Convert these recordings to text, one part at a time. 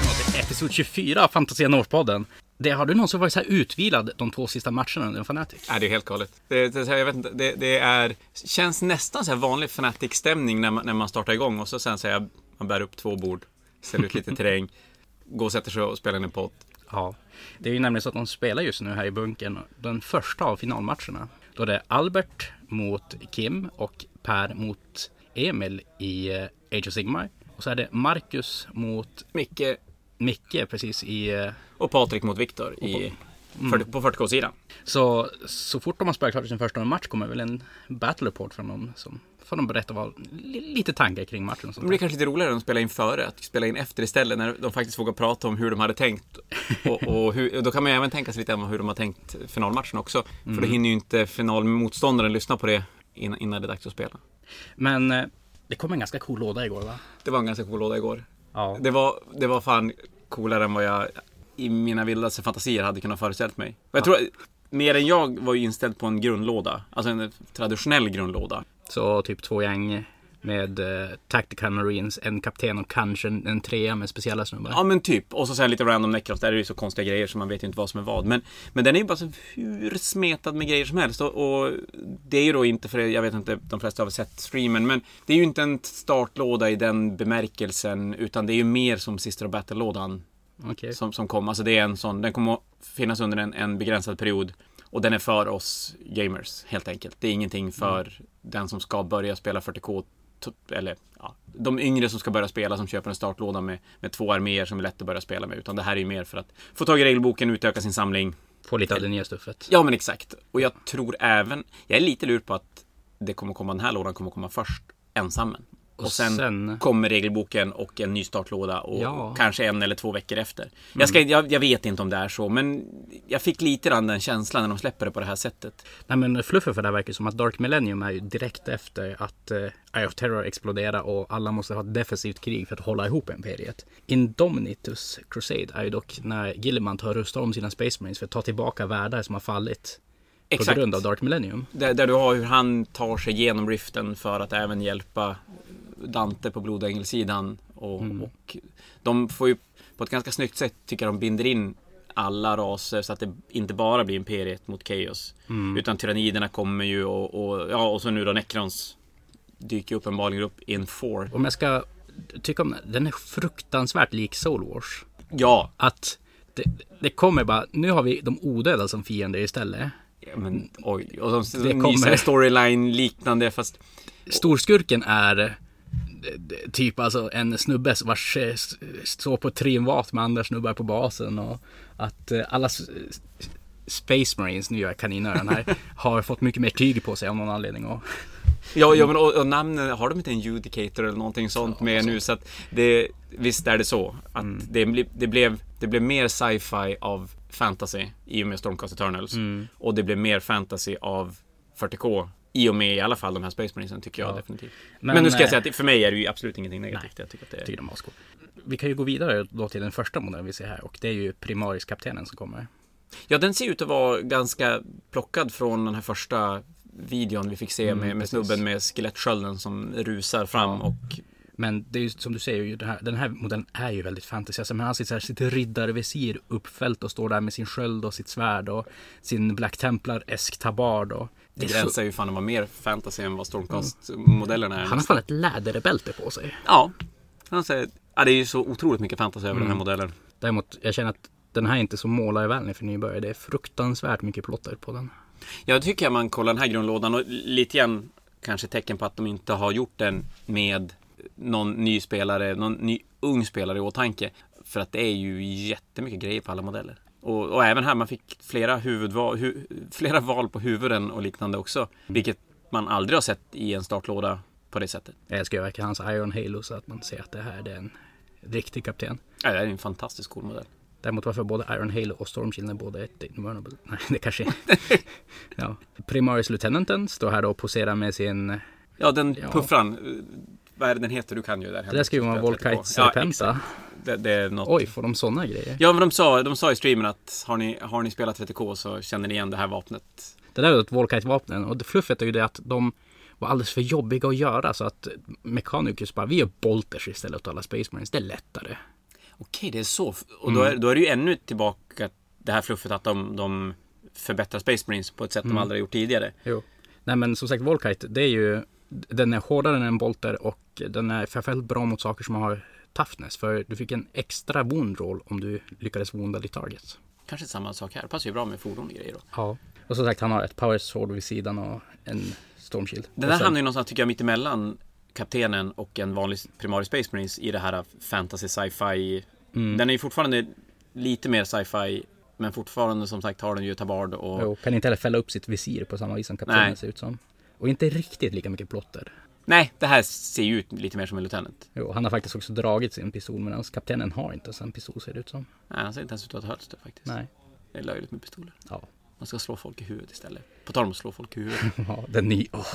avsnitt 24 Fantasian Årspodden. Det, har du någonsin varit så här utvilad de två sista matcherna under en Fanatic? Nej, det är helt galet. Det, det, jag vet inte, det, det är, känns nästan så här vanlig Fnatic-stämning när man, när man startar igång och så sen så här, man bär upp två bord, ställer ut lite terräng, går och sätter sig och spelar in en pott. Ja, det är ju nämligen så att de spelar just nu här i bunkern den första av finalmatcherna. Då det är Albert mot Kim och Per mot Emil i eh, Age of Sigmar. Och så är det Marcus mot Micke Micke precis i... eh, och Patrik mot Viktor i, för- på 40K-sidan. Så, så fort de har spelat klart sin första match kommer väl en battle report från dem som får de berätta vad, li, lite tankar kring matchen och Det sånt där. blir kanske lite roligare att spela in före, att spela in efter istället när de faktiskt vågar prata om hur de hade tänkt. Och, och hur, och då kan man ju även tänka sig lite om hur de har tänkt finalmatchen också. För då hinner ju inte finalmotståndaren lyssna på det innan, innan det är dags att spela. Men eh, det kom en ganska cool låda igår va? Det var en ganska cool låda igår. Ja. Det var, det var fan coolare än vad jag i mina vildaste fantasier hade kunnat föreställt mig. Och jag tror, mer än jag var ju inställd på en grundlåda, alltså en traditionell grundlåda. Så typ två gäng med eh, Tactical Marines, en kapten och kanske en, en trea med speciella snubbar. Ja men typ. Och så sen lite random necrons. Där är det ju så konstiga grejer så man vet ju inte vad som är vad. Men, men den är ju bara så hur smetad med grejer som helst. Och, och det är ju då inte för, jag vet inte, de flesta har väl sett streamen. Men det är ju inte en startlåda i den bemärkelsen. Utan det är ju mer som Sister of Battle-lådan Okej. som, som kom. Alltså det är en sån, den kommer att finnas under en, en begränsad period. Och den är för oss gamers helt enkelt. Det är ingenting för den som ska börja spela 40K. t- Eller ja, de yngre som ska börja spela som köper en startlåda med, med två arméer som är lätt att börja spela med. Utan det här är ju mer för att få tag i regelboken, utöka sin samling. Få lite av det nya stuffet. Ja men exakt. Och jag tror även, jag är lite lur på att det kommer komma, den här lådan kommer komma först ensammen. Och sen, sen- kommer regelboken och en ny startlåda och Ja. kanske en eller två veckor efter. Jag, ska, jag, jag vet inte om det är så, men jag fick lite grann den känslan när de släpper det på det här sättet. Nej men fluffen för det här verkar ju som att Dark Millennium är ju direkt efter att eh, Eye of Terror exploderar och alla måste ha ett defensivt krig för att hålla ihop imperiet. Indomnitus Crusade är ju dock när Gilliman tar rustar om sina Space Marines för att ta tillbaka världar som har fallit på Exakt. grund av Dark Millennium. Där, där du har hur han tar sig genom riften för att även hjälpa Dante på blodängelsidan. Och, och de får ju på ett ganska snyggt sätt, tycker jag, de binder in alla raser så att det inte bara blir Imperiet mot Chaos. Utan tyranniderna kommer ju och, och, ja, och så nu då Necrons dyker ju uppenbarligen upp in four. Om jag ska tycka om den, den är fruktansvärt lik Soul Wars. Ja, Att det, det kommer bara, nu har vi de odöda som fiender istället. Ja, men oj. Och de Det det kommer. kommer. storyline liknande fast Storskurken är eh, d- typ alltså en snubbe vars eh, s- står på triumvat med andra snubbar på basen och att eh, alla s- s- Space Marines, nu gör jag kaninöron här, har fått mycket mer tyg på sig av någon anledning. Och, Ja, ja men och, och namnen, har de inte en judicator eller någonting sånt med nu? Så Mm. att det, visst är det så. Att det, bli- det, blev, det blev mer sci-fi av fantasy i och med Stormcast Eternals. Och det blev mer fantasy av 40K. I och med i alla fall de här Space Marinesen tycker jag definitivt. Men, Men, nu ska eh, jag säga att det- för mig är det ju absolut ingenting negativt. Jag tycker att det är... tycker de har skor. Vi kan ju gå vidare då till den första modellen vi ser här och det är ju Primaris-kaptenen som kommer. Ja, den ser ut att vara ganska plockad från den här första videon vi fick se Mm, med, med snubben med skelettkölden som rusar fram och Men det är ju som du säger, ju den här, den här modellen är ju väldigt fantasy. Alltså, men han sitter så här, sitt riddarvisir uppfällt och står där med sin sköld och sitt svärd och sin Black Templar-esk tabard. Och... Det är så- gränsar ju fan att vara mer fantasy än vad Stormcast-modellerna är. Han har fan ett läderbälte på sig. Ja. Han säger, ja, det är ju så otroligt mycket fantasy över den Mm. här modellen. Däremot, jag känner att den här är inte så målarvänlig för nybörjare. Det är fruktansvärt mycket plotter på den. Jag tycker att man kollar den här grundlådan och lite grann kanske tecken på att de inte har gjort den med någon ny spelare, någon ny ung spelare i åtanke. För att det är ju jättemycket grejer på alla modeller. Och, och även här, man fick flera, huvudval, hu, flera val på huvuden och liknande också. Vilket man aldrig har sett i en startlåda på det sättet. Jag älskar ju verkligen hans Iron Halo så att man ser att det här det är en riktig kapten. Ja, det är en fantastiskt cool modell. Däremot varför både Iron Halo och Storm Shield är båda ett Innumerable? Nej, det kanske är... ja. Primaris Lieutenanten står här då och poserar med sin Ja, den puffran. eh, Vad är det den heter? Du kan ju där hemma. Det där skriver man Volkite Serpenta. det, det är något. Oj, får de sådana grejer? Ja, men de sa, de sa i streamen att har ni, har ni spelat 30K så känner ni igen det här vapnet. Det där är ett Volkite-vapen och det fluffet är ju det att de var alldeles för jobbiga att göra så att Mechanicus bara, vi gör Bolters istället åt alla Space Marines. Det är lättare. Okej, det är så. Och då är, då är det ju ännu tillbaka det här fluffet att de, de förbättrar Space Marines på ett sätt de aldrig har gjort tidigare. Jo. Nej men som sagt Volkite, det är ju den är hårdare än en bolter och den är framförallt bra mot saker som har toughness. För du fick en extra wound roll om du lyckades wounda ditt target. Kanske samma sak här. Passar ju bra med fordon och grejer då. Ja. Och som sagt, han har ett power sword vid sidan och en stormshield. Den där hamnar ju någonstans, tycker jag, mittemellan kaptenen och en vanlig primarie Space Marines i det här fantasy sci-fi. Den är ju fortfarande lite mer sci-fi, men fortfarande som sagt har den ju tabard och Jo, kan inte heller fälla upp sitt visir på samma vis som kaptenen Nej. ser ut som. Och inte riktigt lika mycket plotter. Nej, det här ser ju ut lite mer som en lieutenant. Jo, han har faktiskt också dragit sin pistol medan kaptenen har inte ens en pistol ser det ut som. Nej, han ser inte ens ut att ha ett hölster faktiskt. Nej. Det är löjligt med pistoler. Ja. Man ska slå folk i huvudet istället. På tal om att slå folk i huvudet. Ja, den ny. Åh.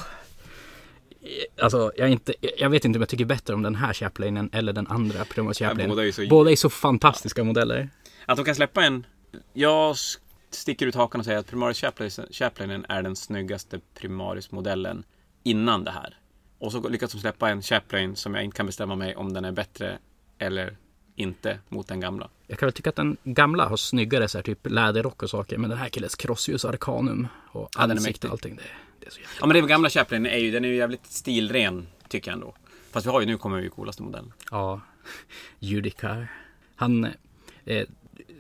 Alltså, jag, är inte, jag vet inte om jag tycker bättre om den här Chaplinen eller den andra Primus Chaplin. båda är ju så- båda är så fantastiska modeller. Att de kan släppa en... Jag s- sticker ut hakan och säger att Primaris Chaplain- Chaplainen är den snyggaste Primaris-modellen innan det här. Och så lyckas de släppa en Chaplain som jag inte kan bestämma mig om den är bättre eller inte mot den gamla. Jag kan väl tycka att den gamla har snyggare så här, typ läderrock och saker. Men den här killens krossljus arkanum och den är ansikte mäktig. och allting. Det, det är så jävla... Ja men den gamla Chaplain är ju, den är ju jävligt stilren tycker jag ändå. Fast vi har ju, nu kommer ju coolaste modellen. Ja, Judicar. Han eh,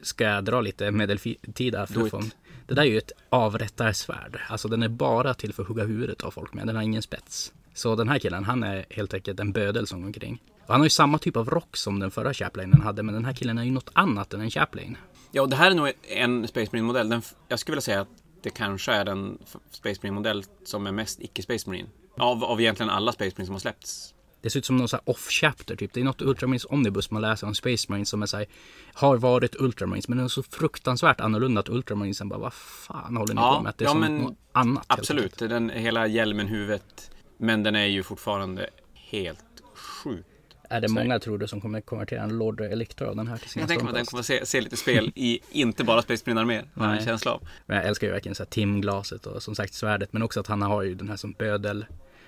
ska jag dra lite medeltida fluff om. Det där är ju ett avrättarsvärd. Alltså den är bara till för att hugga huvudet av folk med. Den har ingen spets. Så den här killen, han är helt enkelt en bödel som går omkring. Och han har ju samma typ av rock som den förra Chaplinen hade, men den här killen är ju något annat än en Chaplin. Ja, och det här är nog en Space Marine-modell. Den f- Jag skulle vilja säga att det kanske är den f- Space Marine-modell som är mest icke-Space Marine. Av, av egentligen alla Space Marine som har släppts. Det ser ut som någon sån här off-chapter typ. Det är något Ultramarines Omnibus man läser om Space Marines som är så här, har varit Ultramarines, men den är så fruktansvärt annorlunda att Ultramarines bara, vad fan håller ni Ja, på med? Att det är ja, som men något annat. helt Absolut, den hela hjälmen, huvudet. Men den är ju fortfarande helt sjuk. Är det många tror du som kommer konvertera en Lord Elector av den här till sina Jag tänker mig att den Stormcast? kommer se, se lite spel i inte bara Space Marine-arméer. har jag en Nej. känsla av. Men jag älskar ju verkligen så här timglaset och som sagt svärdet men också att han har ju den här som bödel.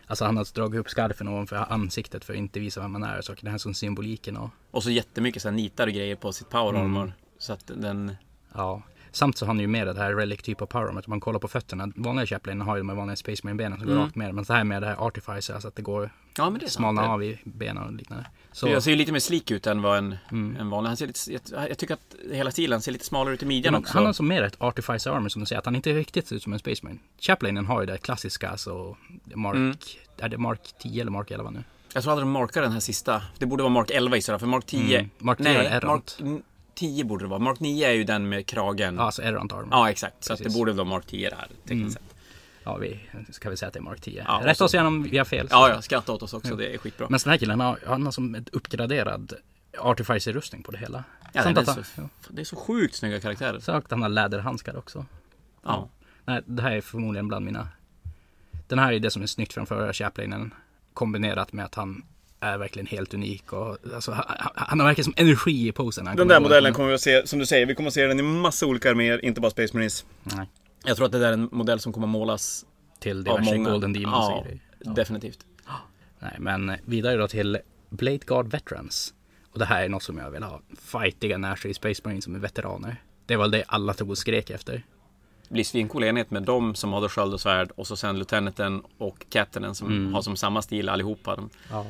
Alltså han har dragit upp skarfen ovanför ansiktet för att inte visa vem man är och saker. Den här som symboliken och Och så jättemycket så här nitar och grejer på sitt power armor. Så att den... ja. Samt så har han ju med det här relic typ av power armor. Om man kollar på fötterna. Vanliga Chaplin har ju de här vanliga Space Marine benen som Mm. går rakt med. Men det här är med det här artificer, alltså att det går Ja, men det är sant. smalna Det- av i benen och liknande. Så, Jag ser ju lite mer slik ut än vad en, en vanlig. Han ser lite, jag, jag tycker att hela stilen ser lite smalare ut i midjan Men också. han har som mer ett artificer armor som du säger, att han inte riktigt ser ut som en space marine. Chaplinen har ju det klassiska, alltså Mark, Mm. är det Mark 10 eller Mark 11 nu? Jag tror aldrig de markar den här sista. Det borde vara Mark 11 i sådana för Mark 10. Mm. Mark 10 Nej, är Mark Errant. n- 10 borde det vara. Mark 9 är ju den med kragen. Ja, Ja, alltså Errant armor. exakt. Så att det Precis. Mm. borde vara Mark 10 det här tekniskt sett. Ja, vi så kan vi säga att det är Mark 10. Ja, och Rätta så- oss gärna om vi har fel. Ja, ja. Skratta åt oss också. Det är skitbra. Men så den här killen, han har, han har som ett uppgraderad artificer-rustning på det hela. ja, Samt det, är att så, han, ja, det är så sjukt snygga karaktärer. så att han har läderhandskar också. Ja. Nej, det här är förmodligen bland mina... Den här är det som är snyggt från förra Chaplinen. Kombinerat med att han är verkligen helt unik och alltså, han, han har verkligen som energi i posen. när han Den kommer där igång. modellen kommer vi att se, som du säger, vi kommer att se den i massa olika arméer, inte bara Space Marines. Nej, Jag tror att det där är en modell som kommer att målas till av diverse många. Golden Demons och ja, grejer. definitivt. Nej, men vidare då till Blade Guard Veterans. Och det här är något som jag vill ha. Fightiga Nashor i Space Marines som är veteraner. Det var det alla tog och skrek efter. blir svincool enhet med dem som har då sköld och svärd och så sen lieutenanten och captainen som Mm. har som samma stil allihopa. De- Ja.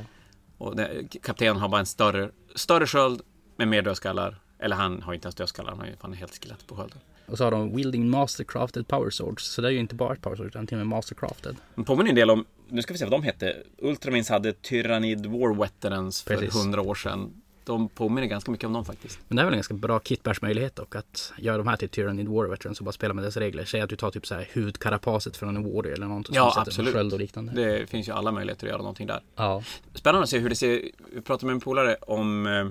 Och den, kaptenen har bara en större, större sköld med mer dödskallar. Eller han har ju inte ens dödskallar, han har ju fan helt skelett på skölden. Och så har de Wielding Mastercrafted Power Swords. Så det är ju inte bara ett Power Sword utan till och med Mastercrafted. Men påminner en del om, nu ska vi se vad de hette. Ultramins hade Tyrannid War Veterans för Precis. hundra år sedan. De påminner ganska mycket om dem faktiskt. Men det är väl en ganska bra kitbärsmöjlighet dock att göra de här till Tyranid War Veterans och bara spela med dess regler. Säg att du tar typ så här hudkarapaset från en Warrior eller någonting Ja, som sätter absolut. en sköld och liknande. Det finns ju alla möjligheter att göra någonting där. Ja. Spännande att se hur det ser Vi pratade med en polare om eh,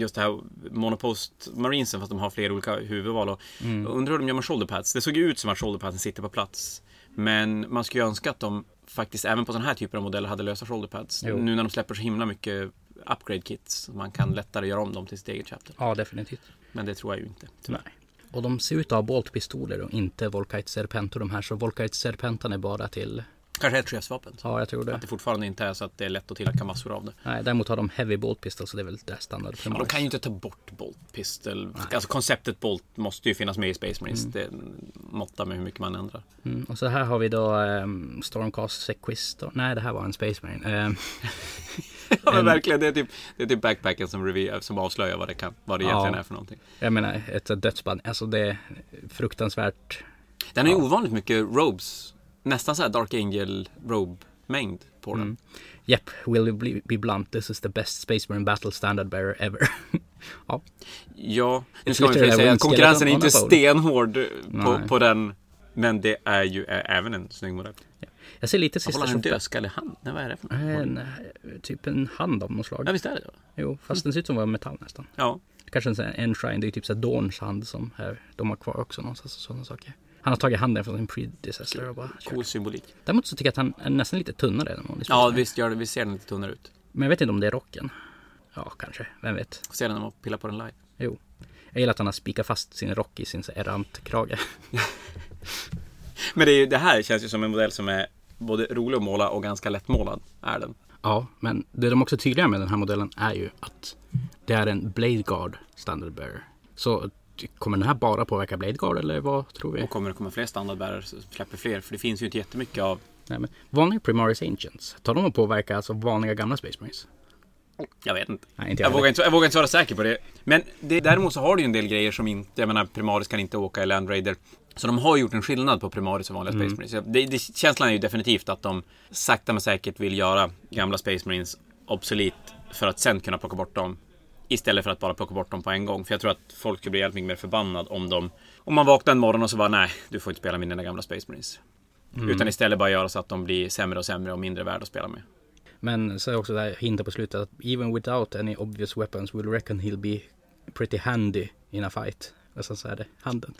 just det här Monopost Marinesen fast de har flera olika huvudval. Och och Undrar hur de gör med shoulder pads. Det såg ju ut som att shoulder padsen sitter på plats. Men man skulle ju önska att de faktiskt även på sådana här typer av modeller hade lösa shoulder pads. Jo. Nu när de släpper så himla mycket upgrade kits. så Man kan lättare göra om dem till sitt eget chapter. ja, definitivt. Men det tror jag ju inte. Nej. Och de ser ut att ha boltpistoler och inte Volkite Serpento de här. Så Volkite Serpentan är bara till Kanske ett chefsvapen. Ja, jag tror det. Att det fortfarande inte är så att det är lätt att tillverka massor av det. Nej, däremot har de heavy bolt pistols så det är väl där standard. Ja, de kan ju inte ta bort Bolt Pistol. Alltså konceptet Bolt måste ju finnas med i Space Marines. Det är en måtta med hur mycket man ändrar. Mm, och så här har vi då ehm, Stormcast Sequester. Nej, det här var en Space Marine. Ehm, Ja men En- verkligen, det är typ, det är typ backpacken som, review, som avslöjar vad det, kan, vad det Ja. egentligen är för någonting. jag menar, ett dödsband. Alltså det är fruktansvärt. Den har ju ovanligt mycket robes. Nästan så här Dark Angel robe-mängd på den. Yep, will you be- be blunt? This is the best Space Marine battle standard bearer ever. ja, Ja, nu Ett ska man ju literally säga att wound konkurrensen är skeleton inte on a pole. stenhård på, Nej. på den. Men det är ju ä, även en snygg modell. jag ser lite Vad sista var som... en dödskallehand? Nej, vad är det för något? En, eh, typ en hand av något slag. Ja, visst är det det? Jo, fast den ser ut som var metall nästan. Ja. Kanske en sån här Enshrine, det är ju typ så här Dorns hand som här, de har kvar också någonstans och sådana saker. Han har tagit handen från sin predecessor och bara kört. Cool symbolik. Däremot så tycker jag att han är nästan lite tunnare än vanlig Ja, Space visst gör det. Vi ser den lite tunnare ut. Marine. Men jag vet inte om det är rocken. Ja, kanske. Vem vet? Får se den när man pillar på den live. Jo. Jag gillar att han har spikat fast sin rock i sin så här errant-krage. Men det, är ju, det här känns ju som en modell som är både rolig att måla och ganska lättmålad. Är den. Ja, men det de också är tydliga med den här modellen är ju att det är en Blade Guard Standard Bearer. Så kommer den här bara påverka Blade Guard eller vad tror vi? Och kommer det komma fler standardbärare så släpper fler. För det finns ju inte jättemycket av. Nej, men vanliga Primaris Ancients, tar de att påverka alltså vanliga gamla Space Marines? Jag vet inte. Nej, inte jag jag, heller. vågar inte, jag vågar inte vara säker på det. Men det, däremot så har du ju en del grejer som inte, jag menar Primaris kan inte åka i Land Raider. Så de har gjort en skillnad på Primaris och vanliga Mm. Space Marines. Så Det, det, känslan är ju definitivt att de sakta men säkert vill göra gamla Space Marines obsolet för att sen kunna plocka bort dem. Istället för att bara plocka bort dem på en gång. För jag tror att folk skulle bli jävligt mycket mer förbannad om de... Om man vaknar en morgon och så bara nej, du får inte spela med dina gamla Space Marines. Mm. Utan istället bara göra så att de blir sämre och sämre och mindre värda att spela med. Men så är också det här hintet på slutet att even without any obvious weapons will reckon he'll be pretty handy in a fight. Och sen så är det handen.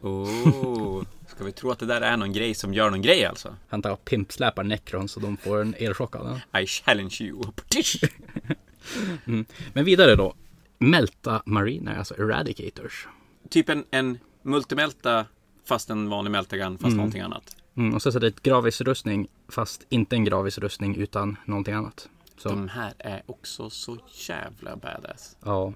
Oh, ska vi tro att det där är någon grej som gör någon grej alltså? Han tar och pimpsläpar Necron så de får en elchock av den. I challenge you. Partish! Men vidare då. Melta Mariner, alltså Eradicators. typ en, en multimelta fast en vanlig meltagun fast någonting annat. Mm, och så är det ett gravis rustning fast inte en gravis rustning utan någonting annat. Så, De här är också så jävla badass. ja.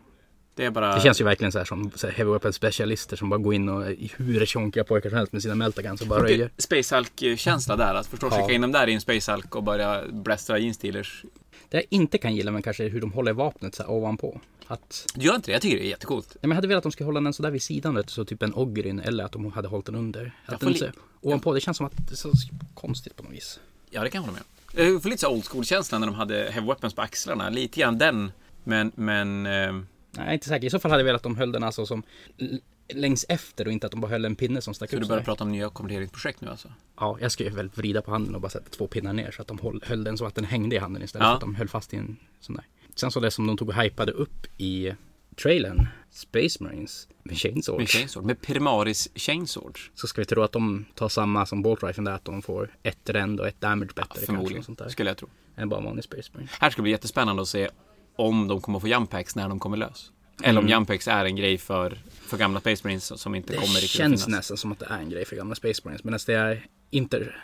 Det är bara... Det känns ju verkligen så här som så här heavy weapons specialister som bara går in och är hur tjonkiga pojkar som helst med sina meltagans och bara röjer. typ Space Hulk-känsla där. Att förstå att Ja. skicka in dem där i en Space Hulk och börja blästra in Steelers. Det jag inte kan gilla men kanske är hur de håller vapnet så här ovanpå. Att Du gör inte det? Jag tycker det är jättecoolt. Nej, men jag hade velat att de skulle hålla den sådär vid sidan, vet du, så typ en Ogrin eller att de hade hållit den under. Att får den li- så, ovanpå, det känns som att det är så konstigt på något vis. Ja, det kan jag hålla med om. Jag får lite så old school-känsla när de hade heavy weapons på axlarna. Lite grann den. Men, men... ehm, Nej, jag är inte säker. I så fall hade jag velat att de höll den alltså som l- längs efter och inte att de bara höll en pinne som stack Så ut. du Typ så börjar här. prata om nya konverteringsprojekt nu alltså? Ja, jag skulle väl vrida på handen och bara sätta två pinnar ner så att de håll, höll den så att den hängde i handen istället Ja. för att de höll fast i en sån där. Sen så det som de tog och hypade upp i trailern, Space Marines med Chainsaws. Med chainsword. Med primaris chainswords. Så ska vi tro att de tar samma som Bolt Rifle där, att de får ett ränd och ett damage bättre kanske. och Sånt Förmodligen, där, skulle jag tro. än bara en vanlig Space Marine. Här ska det bli jättespännande att se om de kommer få jumpacks när de kommer lös. Eller om jumpacks är en grej för, för gamla Space Marines som inte Mm. Det kommer riktigt att känns finnas. nästan som att det är en grej för gamla Space Marines. Medan det är inter...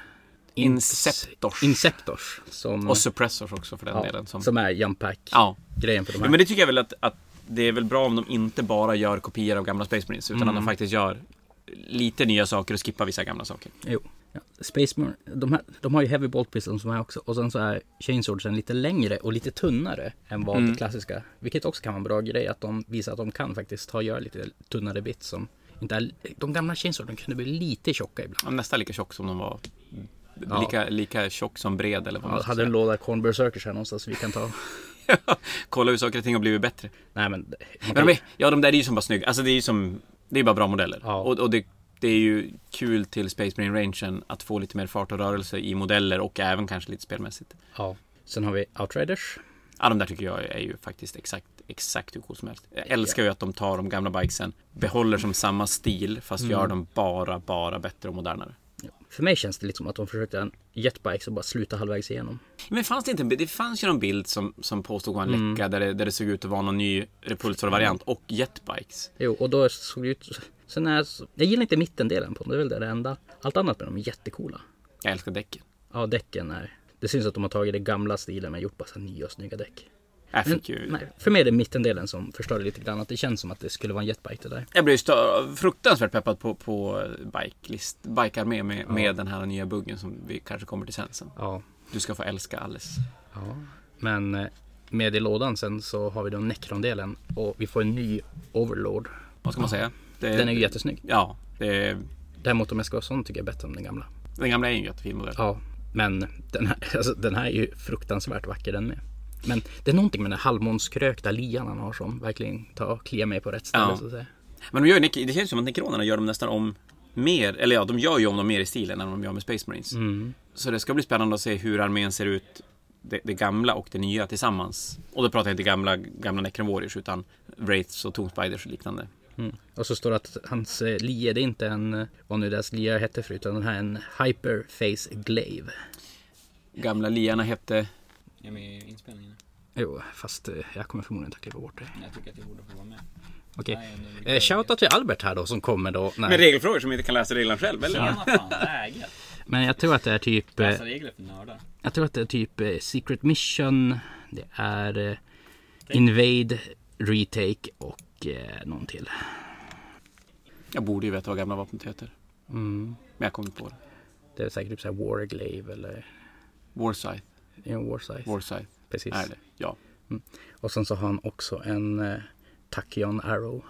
Inceptors. Inceptors. Som, Och suppressors också för den ja, delen. som, Som, är jump pack ja. grejen för de Jo, här. men det tycker jag väl att, att det är väl bra om de inte bara gör kopior av gamla Space Marines utan att Mm. de faktiskt gör lite nya saker och skippar vissa gamla saker. Jo. Ja. Space Marine, de, här, de har ju Heavy Bolt Pistols som är också. Och sen så är Chainswordsen lite längre och lite tunnare än vad det klassiska. Vilket också kan vara en bra grej att de visar att de kan faktiskt ta och göra lite tunnare bits som inte är, De gamla Chainsworden kunde bli lite tjocka ibland. Ja, Nästan lika tjock som de var. Ja. Lika, lika tjock som bred eller vad man Jag ska hade en låda Corn Berserkers här någonstans vi kan ta. säga. Kolla hur saker och ting har blivit bättre. Nej men... Men de är, ja, de där är ju som bara snygga. Alltså det är ju som... Det är bara bra modeller. Ja. Och, och det, det är ju kul till Space Marine Rangen att få lite mer fart och rörelse i modeller och även kanske lite spelmässigt. Ja. Sen har vi Outriders. Ja, de där tycker jag är ju faktiskt exakt, exakt hur cool som helst. Jag älskar ju att de tar de gamla bikesen, behåller som samma stil fast Mm. gör dem bara, bara bättre och modernare. För mig känns det lite som att de försökte en jetbike och bara sluta halvvägs igenom. Men fanns det inte en bild? Det fanns ju någon bild som, som påstod vara en Mm. läcka där det, där det såg ut att vara någon ny repulsor-variant och jetbikes. Jo, och då såg det ut... Sen är, jag gillar inte mittendelen på dem, det är väl det enda. Allt annat med dem är jättecoola. Jag älskar däcken. Ja, däcken är... Det syns att de har tagit den gamla stilen men gjort massa nya och snygga däck. Jag, Men, fick ju, nej, för mig är det mittendelen som förstör det lite grann. Att det känns som att det skulle vara en jetbike det där. jag blev stö- fruktansvärt peppad på, på eh, bike-list, bike-armé med, med den här nya buggen som vi kanske kommer till sen. sen. Ja, Du ska få älska Alice. Ja, men eh, med i lådan sen så har vi då Necron-delen och vi får en ny Overlord. Vad ska man säga? Det- Den är ju jättesnygg. Ja, det, Däremot om jag ska vara sån tycker jag bättre om den gamla. den gamla är ju en jättefin modell. Ja, men den här, alltså, den här är ju fruktansvärt vacker den med. Men det är någonting med den här halvmånskrökta lian han har som verkligen tar, kliar mig på rätt ställe Ja. så att säga. Men de gör, ju- det känns som att Necronerna gör dem nästan om mer, eller ja, de gör ju om dem mer i stilen än de gör med Space Marines. Mm. Så det ska bli spännande att se hur armén ser ut, det, det gamla och det nya tillsammans. Och då pratar jag inte gamla, gamla Necron Warriors utan Wraiths och Tomb Spiders och liknande. Mm. Och så står det att hans eh, lie, det är inte en, eh, vad nu deras lia hette förut, utan den här är en Hyperface Glaive. Gamla liarna hette... Jag är med i inspelningen. Jo, fast eh, jag kommer förmodligen inte att klippa bort det. Jag tycker att jag borde få vara med. Okej. Nej, nu blir Eh, Shoutout till Albert här då som kommer då. när- Med regelfrågor som inte kan läsa reglerna själv, eller? Tjena fan, läget? Men jag tror att det är typ, eh, Läsa regler för nördar. jag tror att det är typ eh, Secret Mission, det är eh, Invade, Retake och eh, någon till. Jag borde ju veta vad gamla vapnet heter. Mm. Men jag kommer inte på det. Det är säkert typ såhär Warglaive eller Warscythe. ja, Warsize. Warscythe Precis. är det. Ja. Och sen så har han också en eh, Tachyon Arrow.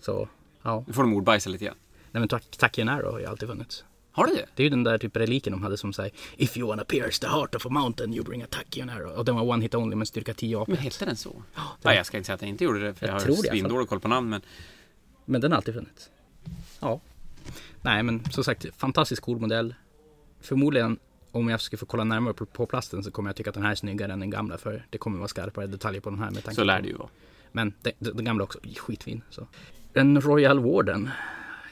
Så ja, Nu får de ordbajsa lite igen. nej men Tach- Tachyon Arrow har ju alltid funnits. Har du det? Det är ju den där typ reliken de hade som säger If you wanna pierce the heart of a mountain you bring a Tachyon Arrow. Och den var one hit only med styrka 10 AP. Men hette den så? Nej, jag ska inte säga att jag inte gjorde det, för Jag jag, tror det i har alla fall. svindålig koll på namn. Men Men den har alltid funnits. Ja. Nej men som sagt, fantastiskt cool modell. Förmodligen om jag skulle få kolla närmare på, på plasten så kommer jag tycka att den här är snyggare än den gamla för det kommer vara skarpare detaljer på den här med tanke så lär på- det ju vara. Men den, den den gamla också, skitfin. Så. En Royal Warden.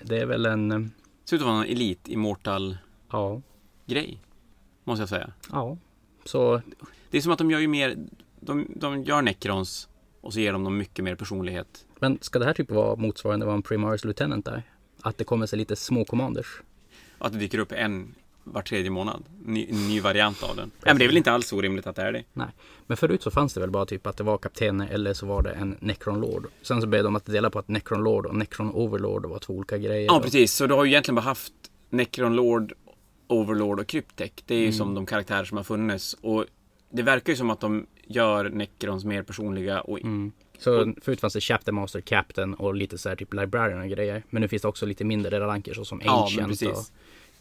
Det är väl en, eh, Ser ut att vara en Elite Immortal-grej, ja, måste jag säga. ja. Så Det är som att de gör ju mer, de, de gör Necrons och så ger de dem mycket mer personlighet. men ska det här typ vara motsvarande vad en Primaris Lieutenant är? Att det kommer sig lite små commanders? Och att det dyker upp en var tredje månad, ny, en ny variant av den. Nej, men det är väl inte alls orimligt att det är det. Nej, men förut så fanns det väl bara typ att det var kaptener eller så var det en Necron Lord. Sen så blev de att dela på att Necron Lord och Necron Overlord var två olika grejer. Ja, precis. Så du har ju egentligen bara haft Necron Lord, Overlord och Cryptech. Det är ju som de karaktärer som har funnits. Och det verkar ju som att de gör Necrons mer personliga och Så förut fanns det Chapter Master, Captain och lite så här typ Librarian och grejer. Men nu finns det också lite mindre ranker såsom Ja, men Ancient och precis.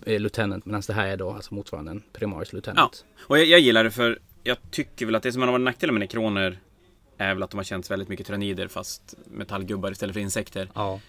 eh, Lieutenant. Medan det här är då alltså motsvarande en Primaris Ja, Lieutenant. och jag, jag gillar det för jag tycker väl att det som har varit nackdelen med nekroner är väl att de har känts väldigt mycket tyrannider fast metallgubbar istället för insekter. Ja.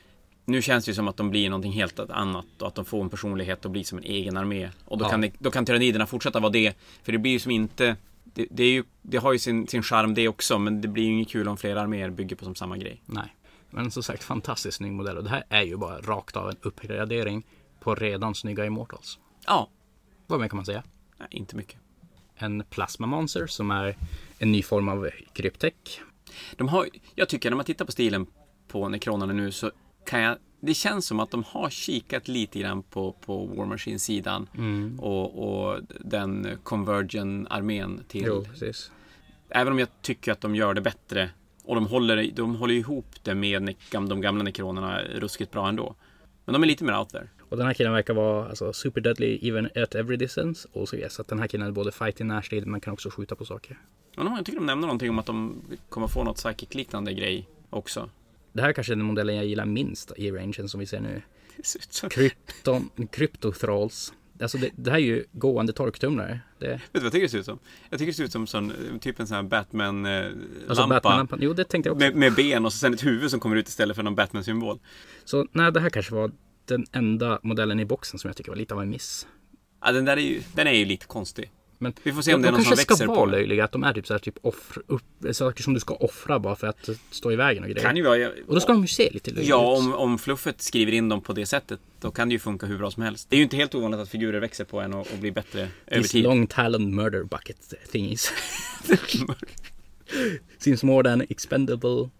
Nu känns det ju som att de blir någonting helt annat och att de får en personlighet och blir som en egen armé. Och då, Ja. kan, det- då kan tyranniderna fortsätta vara det. För det blir ju som inte... Det, det, är ju, det har ju sin, sin charm det också men det blir ju inget kul om flera arméer bygger på som samma grej. Nej. Men som sagt, fantastiskt snygg modell. Och det här är ju bara rakt av en uppgradering på redan snygga Immortals. Ja, Vad mer kan man säga? nej, inte mycket. En Plasma Monster som är en ny form av kryptek. De har, jag tycker när man tittar på stilen på Necronerna nu så kan jag det känns som att de har kikat lite grann på, på War Machine-sidan Mm. och, och den Convergen-armén till. Jo, precis. Även om jag tycker att de gör det bättre och de håller, de håller ihop det med ne- gam- de gamla Necronerna ruskigt bra ändå. Men de är lite mer out there. Och den här killen verkar vara alltså, super deadly even at every distance. Och så, yes, så att den här killen är både fight i närstrid men kan också skjuta på saker. Men de, har- jag tycker de nämner någonting om att de kommer få något psychic-liknande grej också. Det här kanske är den modellen jag gillar minst i rangen som vi ser nu. Det ser ut som- Krypton, kryptothralls. Alltså det, det här är ju gående torktumlare. Det, Vet du vad jag tycker det ser ut som? Jag tycker det ser ut som sån, typ en sån här Batman-lampa. alltså Batman-lampan. Jo, det tänkte jag också. Med, med ben och så sen ett huvud som kommer ut istället för någon Batman-symbol. Så nej, det här kanske var den enda modellen i boxen som jag tycker var lite av en miss. Ja, den där är ju, den är ju lite konstig. Men Vi får se de om det är någon som kanske växer ska på vara det. löjliga, att de är typ, så här, typ offr, upp, saker som du ska offra bara för att stå i vägen och grejer. Kan ju vara... Och då ska de ju se lite löjliga Ja, ut. om, om fluffet skriver in dem på det sättet, då kan det ju funka hur bra som helst. Det är ju inte helt ovanligt att figurer växer på en och, och blir bättre över These tid. long talent murder bucket thingies. Seems more than expendable.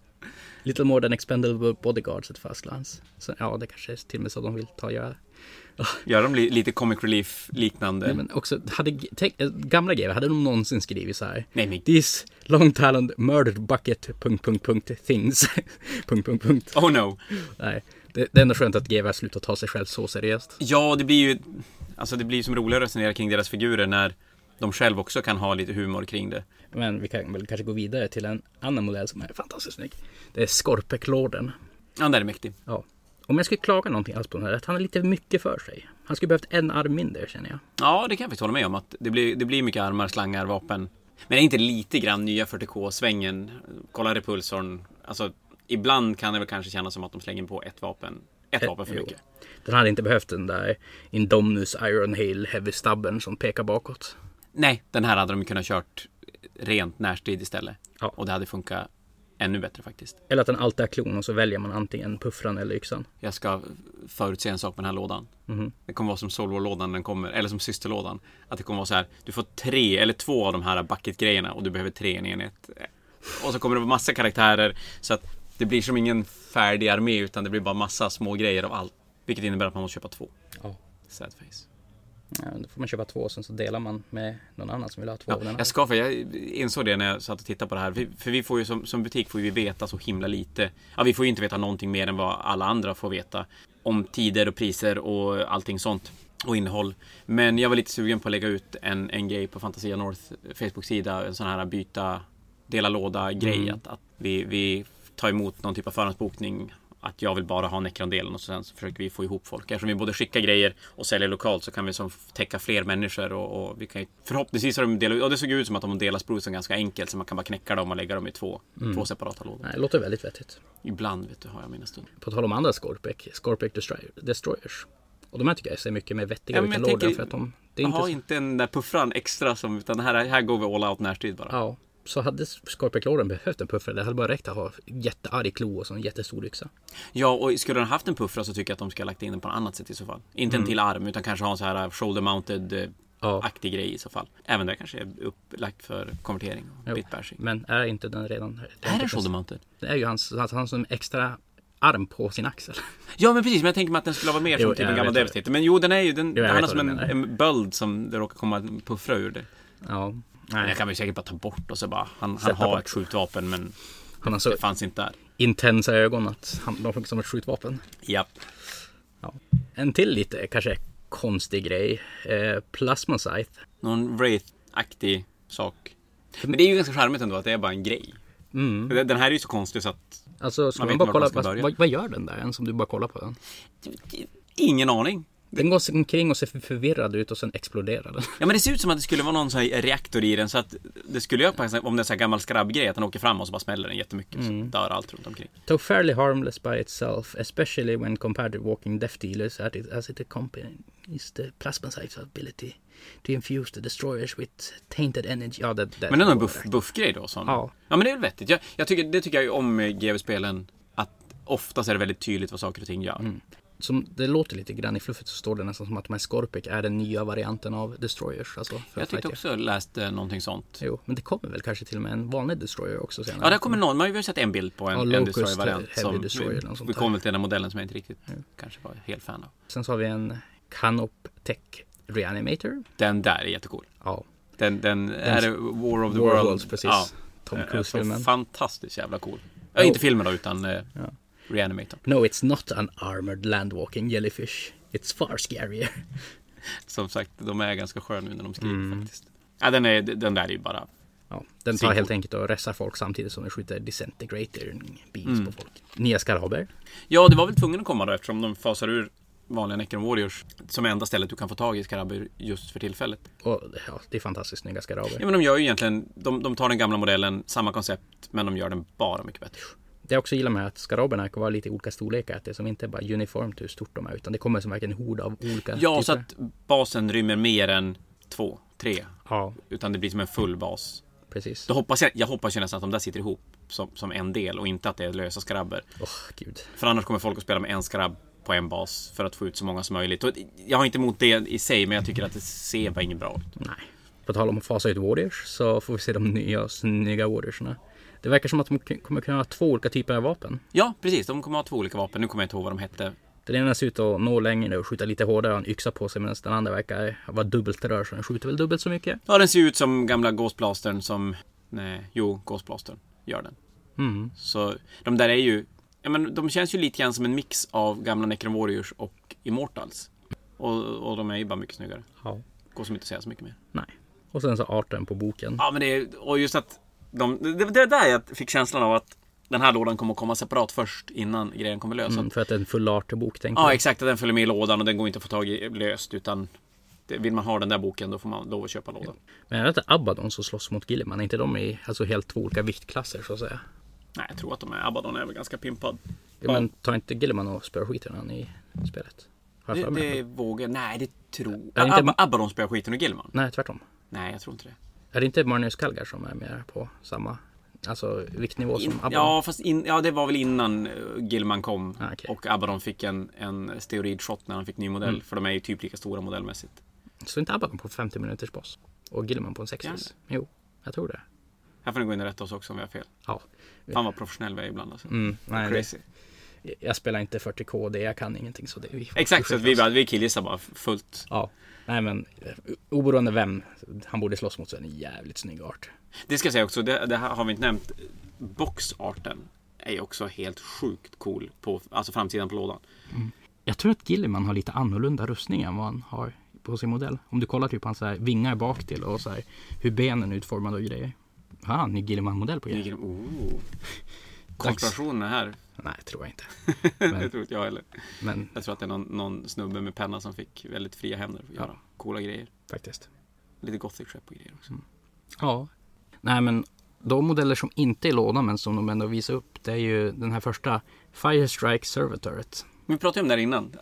Little more than expendable bodyguards at first glance. Så ja, det kanske är till och med så de vill ta och göra. Gör de li- lite comic relief-liknande? Nej, men också, hade, G- tänk, eh, gamla GW, hade de någonsin skrivit så här? Nej, men- These Long Talent murdered bucket... Punkt, punkt, punkt, things. punkt, punkt, punkt. Oh no. Nej. Det, det är ändå skönt att GW har slutat ta sig själv så seriöst. Ja, det blir ju alltså det blir ju som roligare att resonera kring deras figurer när de själv också kan ha lite humor kring det. Men vi kan väl kanske gå vidare till en annan modell som är fantastiskt snygg. Det är Skorpeklorden. Ja, den där är mäktig. Ja. Om jag skulle klaga någonting alls på den här, att han har lite mycket för sig. Han skulle behövt en arm mindre känner jag. Ja, det kan jag faktiskt hålla med om. Att det, blir, det blir mycket armar, slangar, vapen. Men det är inte lite grann nya 40K-svängen? Kolla repulsorn. Alltså, ibland kan det väl kanske kännas som att de slänger på ett vapen. Ett Eh, vapen för jo. mycket. Den hade inte behövt den där Indominus Iron Hail Heavy Stubben som pekar bakåt. Nej, den här hade de kunnat kört rent närstrid istället. Ja. Och det hade funkat ännu bättre faktiskt. Eller att den alltid är klon och så väljer man antingen puffran eller yxan. Jag ska förutse en sak med den här lådan. Mhm. Det kommer vara som Solwar-lådan när den kommer, eller som systerlådan. Att det kommer vara så här, du får tre eller två av de här bucket-grejerna och du behöver tre i en enhet. Och så kommer det vara massa karaktärer. Så att det blir som ingen färdig armé utan det blir bara massa små grejer av allt. Vilket innebär att man måste köpa två. Ja. Sad face. Ja, då får man köpa två och sen så delar man med någon annan som vill ha två Ja, av den här. jag ska för jag insåg det när jag satt och tittade på det här. Vi- För vi får ju som, som butik får vi veta så himla lite. Ja, vi får ju inte veta någonting mer än vad alla andra får veta. Om tider och priser och allting sånt. Och innehåll. Men jag var lite sugen på att lägga ut en, en grej på Fantasia North Facebook-sida. En sån här byta, dela låda-grej. Mm. Att, att vi, vi tar emot någon typ av förhandsbokning. Att jag vill bara ha Necron-delen och sen så försöker vi få ihop folk. Eftersom vi både skickar grejer och säljer lokalt så kan vi som täcka fler människor och, och vi kan ju, förhoppningsvis har de delat och det såg ut som att de delar sprusen ganska enkelt så man kan bara knäcka dem och lägga dem i två, Mm. två separata lådor. Nej, det låter väldigt vettigt. Ibland vet du har jag mina stunder. På tal om andra Scorpec, Scorpec Destry- Destroyers. Och de här tycker jag ser mycket mer vettiga Ja, ut men än jag lorden tänker- för att de... Det är inte Inte Jaha, så... inte den där puffran extra som utan här, här går vi all out närstrid bara. Ja. Så hade Scorpec lorden behövt en puffra, det hade bara räckt att ha jättearg klo och så en jättestor yxa. Ja, och skulle den haft en puffra så tycker jag att de ska ha lagt in den på något annat sätt i så fall. Inte en till arm utan kanske ha en så här shoulder mounted Mm. eh, Ja. aktig grej i så fall. Även där kanske är upplagt för konvertering och bitbashing. Men är inte den redan... Är den shoulder mounted? Det är ju hans, alltså han som extra arm på sin axel. Ja men precis, men jag tänker mig att den skulle vara mer Jo, som typ jag en gammal vet vad- Devastator. Men jo, den är ju, den, jag den handlar vet som vad du en, menar. en böld som det råkar komma en puffra ur det. Ja. Men Nej, jag kan väl säkert bara ta bort och så bara, han, han Sätta har bort. ett skjutvapen men han har så det fanns inte där. intensa ögon att han, de funkar som ett skjutvapen. Japp. En till lite kanske konstig grej. Eh, Plasma Scythe. Någon Wraith-aktig sak. Men det är ju ganska charmigt ändå att det är bara en grej. Mm. Den den här är ju så konstig så att Alltså, ska Man man, vet bara inte kolla, vart man ska vad, börja. vad, vad gör den där ens om du bara kollar på den? Ingen aning. Den går omkring och ser förvirrad ut och sen exploderar den. Ja men det ser ut som att det skulle vara någon sån här reaktor i den så att det skulle jag faktiskt, om det är så här gammal skrabbgrej, att den åker fram och så bara smäller den jättemycket Mm. så dör allt runt omkring. Though fairly harmless by itself, especially when compared to walking death dealers as it, as it accompanies the plasma scythe's ability to infuse the destroyers with tainted energy. Ja, det, det, Men det är någon buff, buffgrej då som... Ja. Ja. men det är väl vettigt. Jag, jag tycker, det tycker jag ju om med GW-spelen. Att oftast är det väldigt tydligt vad saker och ting Mm, gör. Som det låter lite grann i fluffet så står det nästan som att de här Scorpic är den nya varianten av destroyers. Alltså, för Jag tyckte fighter. också jag läste någonting sånt. Jo, men det kommer väl kanske till och med en vanlig destroyer också senare. Ja, där kommer någon. Man har ju sett en bild på en, Ja, en Locust, Destroyer-variant. Heavy som- Destroyer eller något Vi sånt Mm. kommer väl till den här modellen som jag inte riktigt kanske var helt fan av. Sen så har vi en Canop Tech Reanimator. Den där är jättecool. Ja, Den, den, är det War of the War World. Worlds, precis. Ja. Tom Alltså, Cruise-filmen. fantastiskt jävla cool. Ja, inte filmen då, utan eh, Reanimator. No, it's not an armored landwalking jellyfish. It's far scarier. Som sagt, de är ganska sköna nu när de skriver faktiskt. Ja, den, är, den där är ju bara Ja, den Simon. tar helt enkelt och rässar folk samtidigt som den skjuter disintegrator beams Mm. på folk. Nya skaraber. Ja, det var väl tvungen att komma då eftersom de fasar ur vanliga Necron Warriors som är enda stället du kan få tag i skarabber just för tillfället. Och ja, det är fantastiskt snygga Ja, skaraber. men de gör ju egentligen, de, de tar den gamla modellen, samma koncept, men de gör den bara mycket bättre. Det jag också gillar med att skaraberna kan vara lite i olika storlekar. Att det är som inte är bara uniformt hur stort de är utan det kommer som verkligen hord av olika Ja, typer. så att basen rymmer mer än två, tre, Ja, utan det blir som en full bas. precis. Då Åh, hoppas jag, jag hoppas ju nästan att de där sitter ihop som, som en del och inte att det är lösa skarabber. gud. För annars kommer folk att spela med en skrabb på en bas för att få ut så många som möjligt. Och jag har inte emot det i sig, men jag tycker att det ser bara inget bra ut. Nej. På tal om att fasa ut Warriors så får vi se de nya snygga Warriorsna. Det verkar som att de k- kommer kunna ha två olika typer av vapen. Ja, precis. De kommer ha två olika vapen. Nu kommer jag inte ihåg vad de hette. Den ena ser ut att nå längre och skjuta lite hårdare och har en yxa på sig medan den andra verkar vara dubbelt rör så den skjuter väl dubbelt så mycket. Ja, den ser ut som gamla gåsblastern som... Nej, jo, gåsblastern gör den. Mm. Så de där är ju... Ja, men de känns ju lite grann som en mix av gamla Necron Warriors och Immortals. Och, och de är ju bara mycket snyggare. Ja. Går som inte att säga så mycket mer. Nej. Och sen så arten på boken. Ja, men det är... Och just att... De, det, det var där jag fick känslan av att den här lådan kommer att komma separat först innan grejen kommer lös. Mm, Att- för att det är en full art-bok tänker Ja, jag. exakt. Att den följer med i lådan och den går inte att få tag i löst. Utan det, vill man ha den där boken då får man lov att köpa lådan. Men är det inte Abaddon som slåss mot Gilliman? Är inte de i alltså, helt två olika viktklasser så att säga? Nej, jag tror att de är... Abaddon är väl ganska pimpad. Ja. Men tar inte Gilliman och spöar skiten ur han i spelet? Har jag Det, för mig. det vågar... Nej, det tror... Är det inte- Abba, Abaddon spöar skiten ur Gilman. Nej, tvärtom. Nej, jag tror inte det. Är det inte Marnius Kalgar som är mer på samma alltså, viktnivå In, som Abaddon? ja, fast in, ja, det var väl innan eh, Gilman kom. Ah, okej. Mm. Och Abaddon fick en, en steroidshot när han fick ny modell. För de är ju typ lika stora modellmässigt. Så inte Abaddon på 50 minuters boss? Och Gilliman på en 60 Gärna. Jo, jag tror det. Här får ni gå in och rätta oss också om vi har fel. Ja. Fan vad professionell vi är ibland alltså. typ. Mm, nej, det, Crazy. jag spelar inte 40k, det, jag kan ingenting så det vi får Exakt, så att ursäkta vi, oss. bara- vi killgissar bara fullt. Ja, nej men eh, oberoende vem han borde slåss mot så är det en jävligt snygg art. Det ska jag säga också, det, det här har vi inte nämnt. Boxarten är ju också helt sjukt cool på alltså framsidan på lådan. Jag tror att Gilliman har lite annorlunda rustning än vad han har på sin modell. Om du kollar typ hans så här vingar bak till och så här, hur benen är utformade och grejer. Har han en Gilliman-modell på Jag grejer? tänker, Oh. Konspirationen är här. Nej, tror jag inte. Det tror inte jag heller. Men Jag tror att det är någon, någon snubbe med penna som fick väldigt fria händer att göra coola grejer. faktiskt. Lite gothic rap och grejer också. Mm. Ja. Nej men de modeller som inte är i lådan men som de ändå visar upp det är ju den här första Fire Strike Server Turret. Vi pratade ju om det här innan.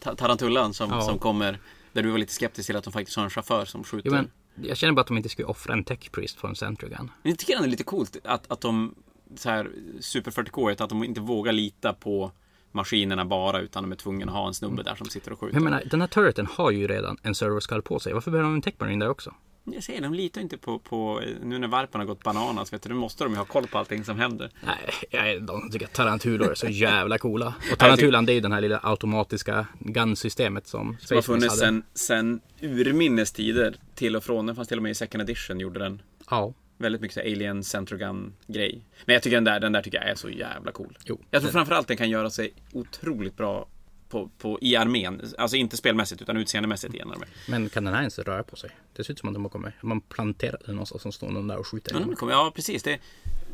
Ta- Tarantullan som, Ja. som kommer. Där du var lite skeptisk till att de faktiskt har en chaufför som skjuter. Jo, men jag känner bara att de inte skulle offra en Tech Priest för en Centrogun. Jag tycker ändå det är lite coolt att, att de så här, Super 40K, att de inte vågar lita på maskinerna bara utan de är tvungna att ha en snubbe där som sitter och skjuter. Jag menar, den här turreten har ju redan en server skull på sig. Varför behöver de en Tech Marine där också? Jag säger, de litar inte på, på nu när varpen har gått bananas, vet du, då måste de ju ha koll på allting som händer. Nej, jag är de som tycker att tarantulor är så jävla coola. Och tarantulan det är ju den här lilla automatiska gun-systemet som Som har Space Marines funnits hade. sen, sen urminnes tider till och från. Den fanns till och med i second edition, gjorde den. Ja, Väldigt mycket så här alien centrogun grej. Men jag tycker den där, den där tycker jag är så jävla cool. jo. Jag tror framförallt den kan göra sig otroligt bra på, på, i armén. Alltså inte spelmässigt utan utseendemässigt i en armé. Men kan den här ens röra på sig? Det ser ut som att de har kommit. Man planterar den någonstans som står någon där och skjuter. i Ja, den. nu kommer- Ja, precis. Det,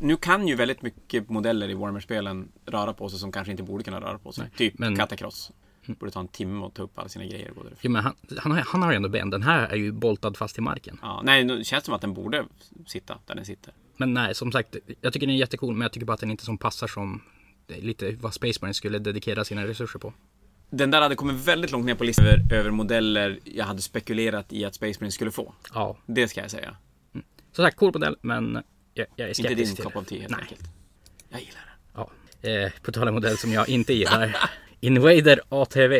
nu kan ju väldigt mycket modeller i Warhammer-spelen röra på sig som kanske inte borde kunna röra på sig. typ men- Mm. Catacross. Borde ta en timme att ta upp alla sina grejer. och gå därifrån. Jo, men han, han, har, han har ju ändå ben. Den här är ju boltad fast i marken. Ja, nej, nu känns det som att den borde sitta där den sitter. Men nej, som sagt, jag tycker den är jättecool, men jag tycker bara att den inte som passar som det är lite vad Space Marine skulle dedikera sina resurser på. Den där hade kommit väldigt långt ner på listan över, över modeller jag hade spekulerat i att Space Marine skulle få. Ja, Det ska jag säga. som sagt, cool modell, men jag, jag är skeptisk Inte din till kopp det. av te helt Nej. enkelt. Jag gillar den. Ja. Eh, på tal om modell som jag inte gillar. Invader ATV.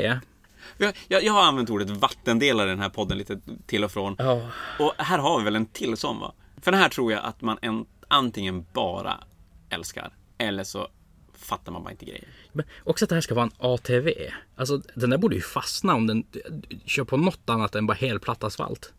Jag, jag, jag har använt ordet vattendelare i den här podden lite till och från. Ja. Och här har vi väl en till sån va? För den här tror jag att man en, antingen bara älskar eller så fattar man bara inte grejer. Men också att det här ska vara en ATV. Alltså den där borde ju fastna om den kör på något annat än bara helplatt asfalt.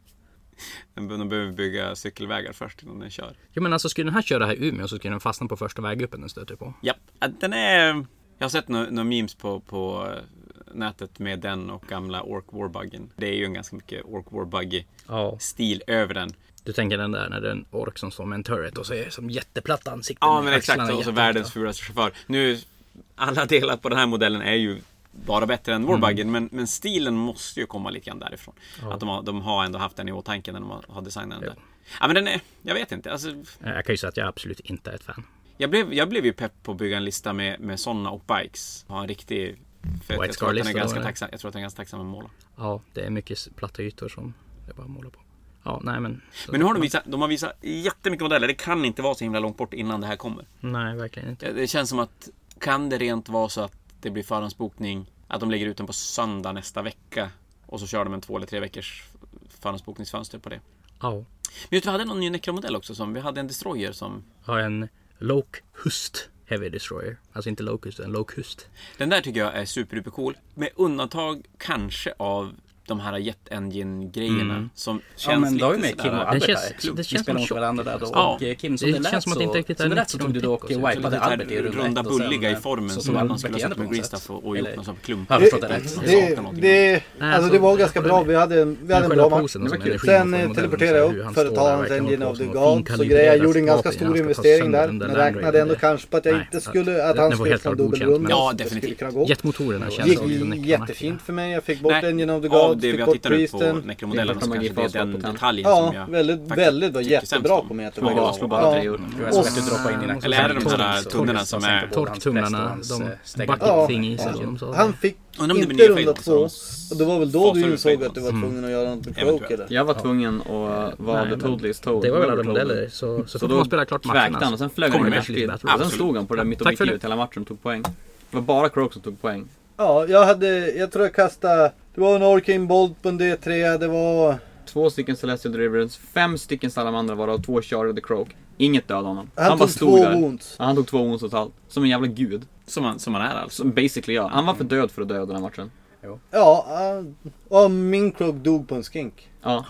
De de behöver bygga cykelvägar först innan den kör. Jo men alltså skulle den här köra här i Umeå så skulle den fastna på första vägguppen den stöter på. Japp. Ja, Den är... Jag har sett nå- några memes på, på eh, nätet med den och gamla Orc Warbuggen. Det är ju en ganska mycket Orc Warbuggy Ja. stil över den. Du tänker den där när det är en ork som står med en turret och så är det som jätteplatt ansikte. Ja med men axlarna exakt, och så jätteplatta. världens fulaste chaufför. Nu, alla delar på den här modellen är ju bara bättre än Mm. Warbuggen, men, men stilen måste ju komma lite grann därifrån. Att de har, de har ändå haft den i åtanke när de har, har designat den där. Ja men den är, jag vet inte. Alltså, Eh, Jag kan ju säga att jag absolut inte är ett fan. jag, blev, jag blev ju pepp på att bygga en lista med, med sådana och bikes. Ha en riktig... För att White jag, tror att den är Scar-lista, ganska eller? tacksam, jag tror att den är ganska tacksam att måla. Ja, det är mycket s- platta ytor som jag bara målar på. Ja, nej men. Men nu har de visat, de har visat jättemycket modeller. Det kan inte vara så himla långt bort innan det här kommer. Nej, verkligen inte. Ja, Det känns som att kan det rent vara så att det blir förhandsbokning, att de lägger ut den på söndag nästa vecka och så kör de en två eller tre veckors förhandsbokningsfönster på det. Ja, Men just, vi hade någon ny Necromodell också som vi hade en Destroyer som har en Loke Hust Heavy Destroyer. Alltså inte Locust, utan Locust. Den där tycker jag är superdupercool. Med undantag kanske av de här Jet Engine-grejerna som känns Mm. men det har ju lite med Kim sådär... att- Det Albert känns, här. det Vi känns som spelade mot tjock. varandra där då. Ja. Och eh, Kim, som Det det, lät känns som att det inte riktigt så, som det är lät så tog du riktigt dock Trontico, så Lite wipade Albert i runda runda ett och sen, bulliga i eh, formen så som tog att man Albert skulle igen ha satt på med något Grease sätt. och, och Eller- gjort någon sån klump. Har jag förstått det rätt? Det Det, saknar någonting. det, Nej, alltså det var ganska bra. Vi hade en, vi hade en bra Själva match. posen och Det var som kul. energin och Sen så i eh, modellen, teleporterade så hur jag han för att står ta där, hans verkligen Engine håller of på the som en God. Så grejer, jag finkalibrerad gjorde en ganska vapen innan stor han ska ta investering sönder där. den där Men räknade Landroiden. ändå kanske på att jag Nej, inte att- skulle, den att han var skulle helt få en klart dubbel godkänd, runda. men- Ja, Det skulle definitivt. kunna gå. Jetmotorerna Det känns gick som de jättefint för mig. Jag fick bort Engine of the Nej, God, det fick jag bort tittar nu på Priestern. Necromodellerna så Fick kanske bort det är Magifasen den på tanken. detaljen Ja, som jag väldigt, faktiskt väldigt var tycker sämst jättebra om. på meter. Ja, Jag Ja, slog bara ja. tre ord. Jag Och- försökte droppa in i den. Eller är det de här Torx- tunnorna som är... Torktumlarna, de eh, bucket Ja. thing i sig som de sa. Han fick Undrar om det inte blir nya runda fails två. som Och det var väl då fasar du ut insåg fails. att du var tvungen att göra någonting Eventuellt. proke eller? Jag var tvungen att vara Nej, The men Toadlys Toad. Det var väl alla Toad. modeller, så, så Så fort då man spelar klart matchen kväkte han och alltså. sen flög Kommer han i med. världslivet. Och sen Absolut. stod han på det där mitt och Tack för hela matchen och tog poäng. Det var bara Croak som tog poäng. Ja, jag hade, jag tror jag kastade, det var en Orkin Bolt på en D3, det var... Två stycken Celestial Deliverance, fem stycken Salamandra varav två chargade Croak. Inget dödade honom. Han, bara tog stod två där. wounds. Ja, han tog två wounds totalt. Som en jävla gud. Som man, som man är alltså. Som basically jag. Han var för död för att döda den här matchen. Ja, han- och min krog dog på en skink. Ja.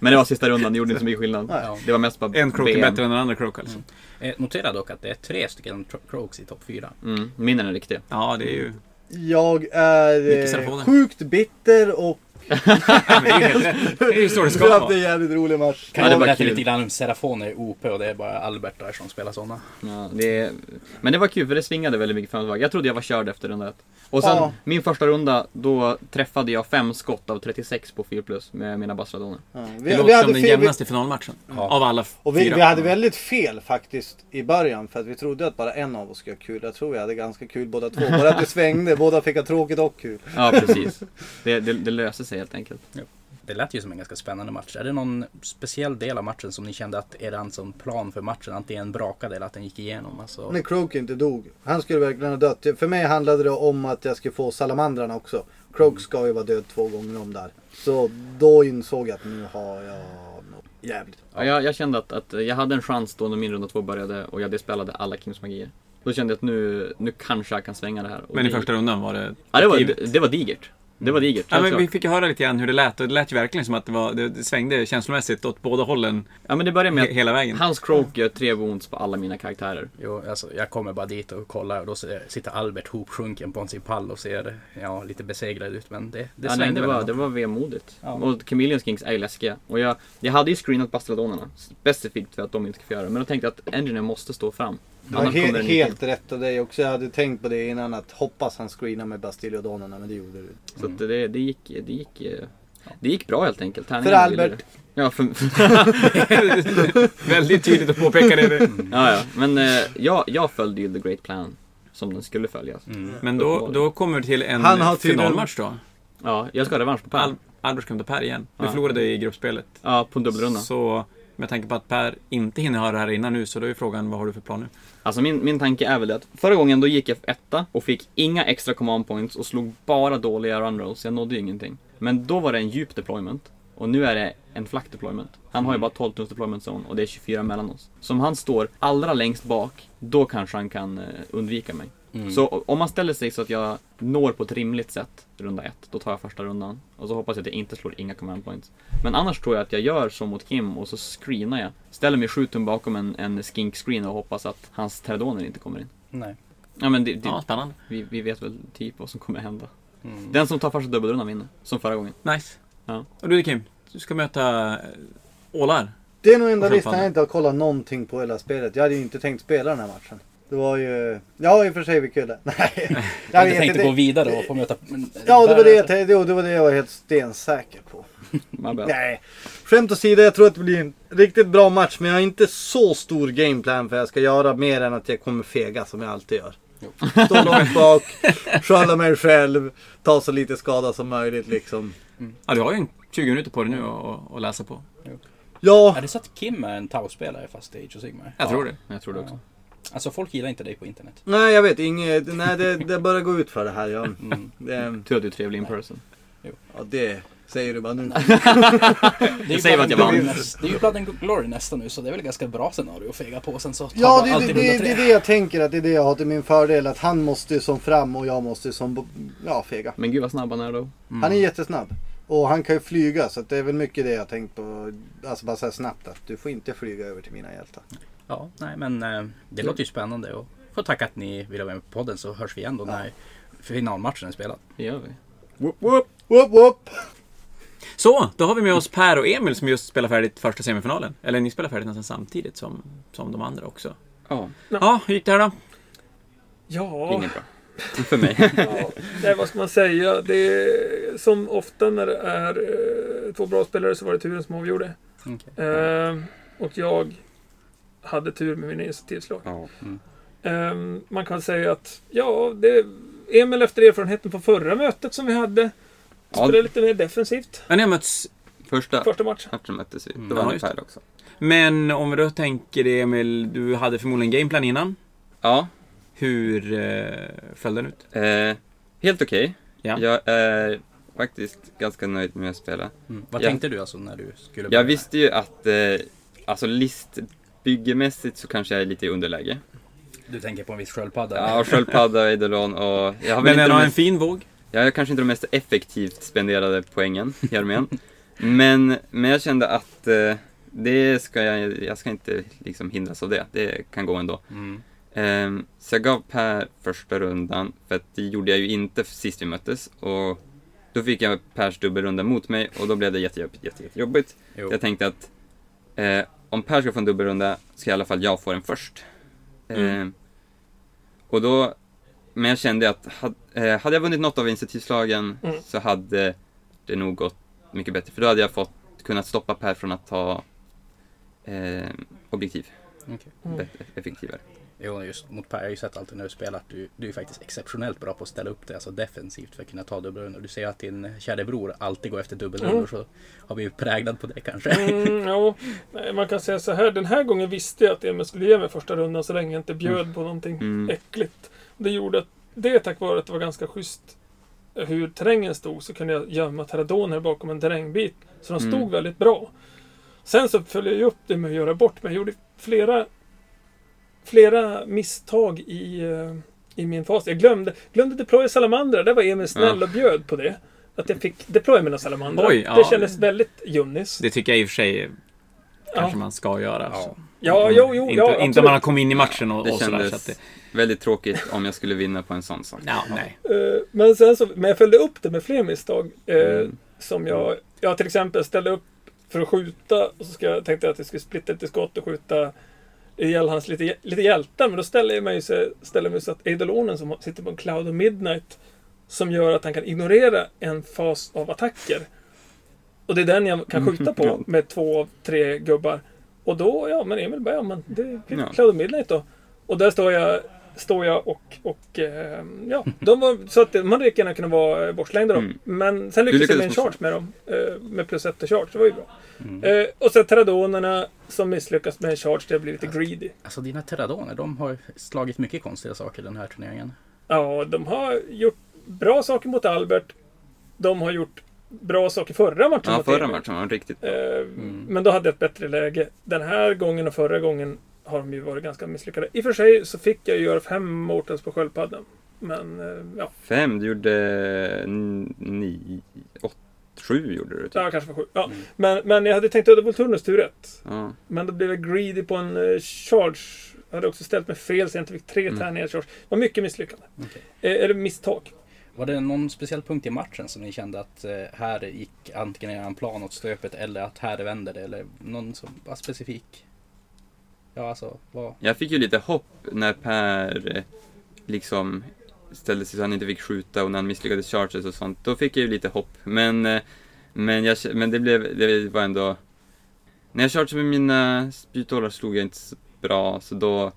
Men det var sista rundan, det gjorde inte så mycket skillnad. Nej. Det var mest bara En croak är ben. bättre än den andra croak alltså. Eh, Notera dock att det är tre stycken tro- Croaks i topp fyra. Mm, min är den riktiga. Ja, det är ju... Jag är Micke Serafonen. eh, sjukt bitter och Ja, men det är ju helt rätt. Det är ju så det vi ska hade vara. en jävligt rolig match. Kan jag det var berätta kul. lite grann om Serafoner i OP och det är bara Albert där som spelar sådana. Ja, det, men det var kul för det svingade väldigt mycket fram och tillbaka. Jag trodde jag var körd efter runda ett. Och sen Ja. min första runda, då träffade jag fem skott av 36 på 4 plus med mina basradoner. Ja, Det vi, vi låter som hade den fel, vi, jämnaste finalmatchen. Av alla och vi, fyra. vi hade väldigt fel faktiskt i början för att vi trodde att bara en av oss skulle ha kul. Jag tror vi hade ganska kul båda två. Bara att det svängde, båda fick ha tråkigt och kul. Ja, precis. Det, det, det löser sig helt enkelt. Det lät ju som en ganska spännande match. Är det någon speciell del av matchen som ni kände att er som plan för matchen antingen brakade eller att den gick igenom? Alltså, När Croak inte dog. Han skulle verkligen ha dött. För mig handlade det om att jag skulle få salamandrarna också. Croak ska ju vara död två gånger om där. Så då insåg jag att nu har jag något jävligt. Ja, jag, jag kände att, att jag hade en chans då när min runda två började och jag dispellade alla Kims magier. Då kände jag att nu, nu kanske jag kan svänga det här. Och Men i det- första rundan var det... Alltså- Ja, det var, givet. det, det var digert. Det var digert, Ja, helt men klart. vi fick ju höra lite grann hur det lät och det lät ju verkligen som att det, var, det- det svängde känslomässigt åt båda hållen Ja, men det började med he, att hela vägen. hans Croak gör tre wounds på alla mina karaktärer. jo, alltså, jag kommer bara dit och kollar och då ser- sitter Albert hopsjunken på sin pall och ser ja, lite besegrad ut. Men det, det ja, nej, svängde det, väl var, ändå. det var vemodigt. Ja. Och Chameleon Skinks är ju läskiga. Och jag, jag hade ju screenat Bastiladonerna specifikt för att de inte ska få göra det. Men då tänkte jag att Engineer måste stå fram. Det var he- helt rätt av dig också. Jag hade tänkt på det innan att hoppas han screenar med Bastiljodonerna men det gjorde du. Så att det, det, gick, det, gick, eh, det gick bra helt enkelt. Tärningen För Albert. ville det. Ja, för, Väldigt tydligt att påpeka det. ja, ja. Men eh, jag, jag följde ju The Great Plan som den skulle följas. Men då, då kommer vi till en Han har tydligen- finalmatch då. Ja, jag ska ha revansch på Per. Al Albers kom till Per igen. Vi Ja. förlorade i gruppspelet. Ja, på en dubbelrunda. Så med tanke på att Per inte hinner höra det här innan nu så då är frågan vad har du för plan nu? Alltså min, min tanke är väl det att förra gången då gick jag etta och fick inga extra command points och slog bara dåliga run rolls. Jag nådde ju ingenting. Men då var det en djup deployment. Och nu är det en flack deployment. Han har ju bara 12 tums deployment zone och det är 24 mellan oss. Så om han står allra längst bak, då kanske han kan eh, undvika mig. Så o- om man ställer sig så att jag når på ett rimligt sätt runda ett, då tar jag första rundan. Och så hoppas jag att jag inte slår inga command points. Men annars tror jag att jag gör som mot Kim och så screenar jag. Ställer mig sju tum bakom en, en skink screen och hoppas att hans terdoner inte kommer in. Nej. Ja men det, det, Ja, spännande. vi, vi vet väl typ vad som kommer hända. Mm. Den som tar första dubbelrundan vinner. Som förra gången. Nice. Ja. Och du Kim, du ska möta eh, ålar. Det är nog enda Och sen listan fan. jag inte har kollat någonting på hela spelet. Jag hade ju inte tänkt spela den här matchen. Det var ju... Ja i och för sig vi kunde. Nej. Jag Jag vet tänkte gå inte. vidare och få möta... Ja det var det jag tänkte. Jo, det var det jag var helt stensäker på. My bad. Nej. Skämt åsido, jag tror att det blir en riktigt bra match. Men jag har inte så stor gameplan för jag ska göra mer än att jag kommer fega som jag alltid gör. Stå långt bak, sköla mig själv, ta så lite skada som möjligt liksom. Ja, du har ju en 20 minuter på dig nu att att läsa på. Ja, Är det så att Kim är en Tau-spelare fast det är Age of Sigmar? Jag tror det. Jag tror det också. Alltså folk gillar inte dig på internet. nej jag vet inget. Mm. Nej det, det börjar gå ut för det här. Jag, det, Tur att du är trevlig in person. ja, det Säger du bara nu. Det är ju säger Blood att and jag vann. Glory näst- Det är ju Blood and Glory nästa nu, så det är väl ett ganska bra scenario att fega på. Sen så tar Ja, bara det, det, alltid det, runda det är tre. det jag tänker att det är det jag har till min fördel. Att han måste ju som fram och jag måste ju som bo- ja, fega. Men gud vad snabb han är då. Han är jättesnabb. Och han kan ju flyga så att det är väl mycket det jag har tänkt på. Alltså bara så här snabbt att du får inte flyga över till mina hjältar. Ja, nej men eh, det låter ju spännande och får tacka att ni ville vara med på podden så hörs vi igen då när finalmatchen är spelad. Det gör vi. Whoop, whoop. Whoop, whoop. Så, då har vi med oss Per och Emil som just spelar färdigt första semifinalen. Eller ni spelar färdigt nästan samtidigt som, som de andra också. Ja, Ja, hur gick det här då? Ja, inget bra. För mig. nej, vad ska man säga? Det är, som ofta när det är eh, två bra spelare så var det turen som avgjorde. Okej. Eh, och jag hade tur med mina initiativslag. Ja. Ehm, man kan säga att, ja, det Emil efter erfarenheten från förra mötet som vi hade Ja. spelade lite mer defensivt Ja, ni har mötts. Första första matchen. matchen möttes vi. Då Ja, vann ju just det. Per också. Men om vi då tänker Emil, du hade förmodligen gameplan innan. Ja, Hur eh, föll den ut? eh, helt okej. Ja. Jag är faktiskt ganska nöjd med att spela. Mm. Vad Ja. tänkte du alltså när du skulle börja? Jag visste ju att, eh, alltså listbyggemässigt så kanske jag är lite i underläge. Du tänker på en viss sköldpadda? Ja, sköldpadda och Eidolon och jag har väl Men inte den de har en mest, fin våg. jag är kanske inte de mest effektivt spenderade poängen i armén. Men, men jag kände att eh, det ska jag, jag ska inte liksom hindras av det. Det kan gå ändå. Mm. Ehm, så jag gav Per första rundan, för att det gjorde jag ju inte sist vi möttes. Och då fick jag Pers dubbelrunda mot mig och då blev det jätte, jätte, jätte, jättejobbigt. Jo. Jag tänkte att eh, om Per ska få en dubbelrunda ska i alla fall jag få den först. Mm. Ehm, och då, men jag kände att had, eh, hade jag vunnit något av initiativslagen Mm. så hade det nog gått mycket bättre. För då hade jag fått, kunnat stoppa Per från att ta eh, objektiv Okej. Mm. bättre, effektivare. Jo, just mot Per. Jag har ju sett alltid när du spelar att du, du är faktiskt exceptionellt bra på att ställa upp dig alltså defensivt för att kunna ta dubbelrundor. Du ser ju att din kära bror alltid går efter dubbelrundor Mm. så har vi ju präglat på det kanske. Mm, ja, Nej, man kan säga så här. Den här gången visste jag att Emil skulle ge mig första rundan så länge jag inte bjöd på någonting Mm. äckligt. Det gjorde att det tack vare att det var ganska schysst eh, hur terrängen stod så kunde jag gömma terradoner bakom en terrängbit. Så de stod Mm. väldigt bra. Sen så följde jag ju upp det med att göra bort mig. Jag gjorde flera, flera misstag i, eh, i min fas. Jag glömde, glömde deploya salamandrar. Där var Emil snäll och bjöd på det. Att jag fick deploya mina salamandrar. Oj, ja. Det kändes väldigt junnis. Det tycker jag i och för sig kanske Ja. man ska göra. Ja. Så. Ja, Mm. jo, jo, inte, ja, inte absolut. om man har kommit in i matchen och, Det och sådär. Så kändes att det, väldigt tråkigt om jag skulle vinna på en sån sak. ja, nej. Eh, Men sen så, men jag följde upp det med fler misstag. eh, Mm. Som jag, jag till exempel ställde upp för att skjuta och så ska, jag- tänkte jag att jag skulle splitta lite skott och skjuta ihjäl hans lite, lite hjältar. Men då ställer jag mig så, ställer jag mig så att Eidolonen som sitter på en Cloud of Midnight som gör att han kan ignorera en fas av attacker. Och det är den jag Mm, kan skjuta på med två av tre gubbar. Och då, ja men Emil bara, ja men det blir Ja. Cloud of Midnight då. Och där står jag, står jag och, och eh, ja, de var, så att man hade lika gärna kunnat vara eh, bortslängda då. Mm. Men sen lyckades jag med en lyckades charge med dem. eh, Med plus ett och charge, det var ju bra. Eh, Och sen Terradonerna som misslyckas med en charge, det blir lite greedy. Alltså dina terradoner, de har ju slagit mycket konstiga saker den här turneringen. Ja, de har gjort bra saker mot Albert. De har gjort bra saker förra matchen Ja, mot förra Emil. matchen var han riktigt bra. Eh, Men då hade jag ett bättre läge. Den här gången och förra gången har de ju varit ganska misslyckade. I och för sig så fick jag ju göra fem mortals på sköldpaddan. Men eh, ja, Fem, du gjorde eh, n- nio, åtta, sju gjorde du typ. det var kanske för sju. Ja. Men, men jag hade tänkt att det var Turnus tur ett. Ja. Men då blev jag greedy på en eh, charge. Jag hade också ställt mig fel så jag inte fick tre Mm. tärningar i charge. Det var mycket misslyckande. Okej. Eh, eller misstag. Var det någon speciell punkt i matchen som ni kände att eh, här gick antingen er plan åt stöpet eller att här vänder det? Eller någon som var specifik? Ja, alltså vad... Jag fick ju lite hopp när Per eh, liksom ställde sig så han inte fick skjuta och när han misslyckades charges och sånt. Då fick jag ju lite hopp. Men, eh, men, jag, men det, blev, det var ändå... När jag chargeade med mina spytålar slog jag inte så bra så då,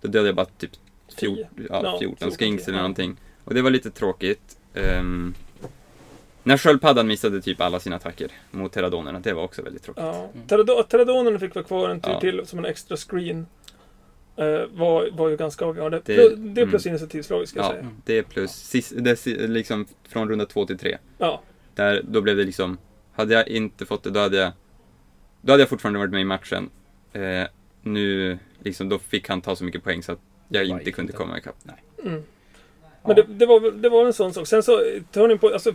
då dödade jag bara typ fjort, Tio. ja, Ja, 14 14, skinks eller ja. någonting. Och det var lite tråkigt. Ehm, när sköldpaddan missade typ alla sina attacker mot terradonerna, det var också väldigt tråkigt. Ja. Terrado- Terradonerna fick vara kvar en tur Mm. Ja. till som en extra screen. Eh, var, var ju ganska avgörande. Det- Det, det är plus mm. initiativslaget ska jag Ja, säga. det är plus, sist, det, är si- liksom från runda två till tre. Ja. Där, då blev det liksom Hade jag inte fått det, då hade jag, då hade jag fortfarande varit med i matchen. Eh, nu, liksom, då fick han ta så mycket poäng så att jag Bara inte gick kunde inte. komma ikapp. Mm. Men det, det, var, väl- det var en sån sak. Sen så, turning på, alltså,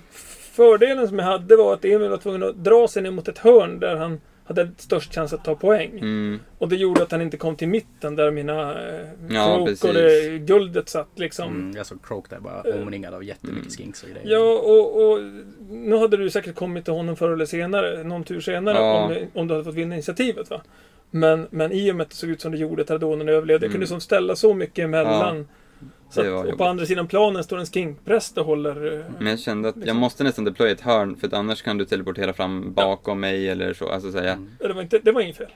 fördelen som jag hade var att Emil var tvungen att dra sig ner mot ett hörn där han hade störst chans att ta poäng. Mm. Och det gjorde att han inte kom till mitten där mina eh, Ja, krok och precis. det, guldet satt liksom. Mm, jag såg Croak där bara omringad av jättemycket skinks och grejer. Ja, och, och nu hade du säkert kommit till honom förr eller senare, någon tur senare, Ja. om, om du hade fått vinna initiativet. va? Men, men i och med att det såg ut som det gjorde, Tardonen överlevde, jag kunde som ställa så mycket emellan. så Mm. det var att, och jobbigt. Mm. på andra sidan planen står en skinkpräst och håller... eh, Men jag kände att Liksom. jag måste nästan deploya ett hörn för att annars kan du teleportera fram bakom mig eller så. Alltså säga, Mm. Det var, inte, det var inget fel.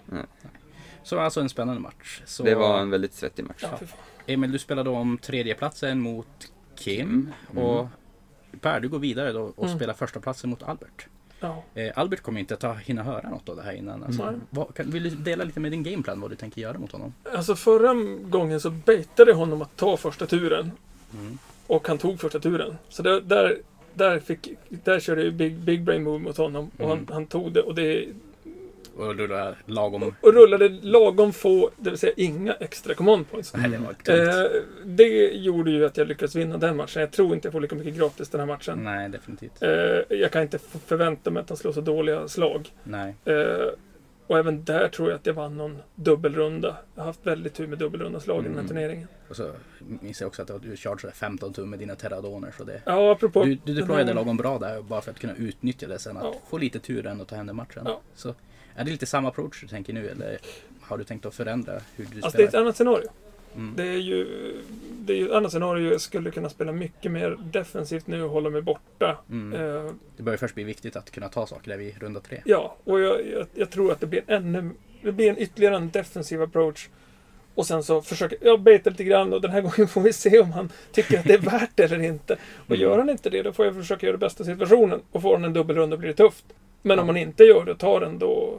Så alltså en spännande match. Så det var en väldigt svettig match. Ja, för fan. Emil, du spelade om tredjeplatsen mot Kim. Och Per, du går vidare då och spelar första platsen mot Albert. Ja. Eh, Albert kommer inte att ta, hinna höra något av det här innan. Alltså, Mm. vad, kan, vill du dela lite med din gameplan vad du tänker göra mot honom? Alltså förra gången så baitade jag honom att ta första turen. Mm. Och han tog första turen. Så det, där, där, fick, där körde jag ju big, big brain move mot honom. Och Mm. han, han tog det och det Och rullar lagom. Och rullade lagom få, det vill säga inga extra command points. Nej, det var tungt. Eh, det gjorde ju att jag lyckades vinna den matchen. Jag tror inte jag får lika mycket gratis den här matchen. Nej, definitivt. Eh, jag kan inte f- förvänta mig att han slår så dåliga slag. Nej. Eh, och även där tror jag att jag vann någon dubbelrunda. Jag har haft väldigt tur med dubbelrunda slag i den här Mm. turneringen. Och så minns jag också att du körde sådär 15 tum med dina teradoner. Så det, Ja, apropå... du du deployade den här- lagom bra där bara för att kunna utnyttja det sen. Att Ja. få lite tur än och ta hem den matchen. Ja. Så, är det lite samma approach du tänker nu eller har du tänkt att förändra hur du Alltså det är ett spelar? annat scenario. Mm. Det är ju... Det är ju ett annat scenario. Jag skulle kunna spela mycket mer defensivt nu och hålla mig borta. Mm. Eh, Det börjar först bli viktigt att kunna ta saker där vid runda tre. Ja, och jag, jag, jag tror att det blir en ännu... Det blir en ytterligare en defensiv approach. Och sen så försöker jag beta lite grann och den här gången får vi se om han tycker att det är värt det eller inte. Och Mm. gör han inte det, då får jag försöka göra det bästa av situationen. Och får han en dubbelrunda blir det tufft. Men om han inte gör det och tar den då...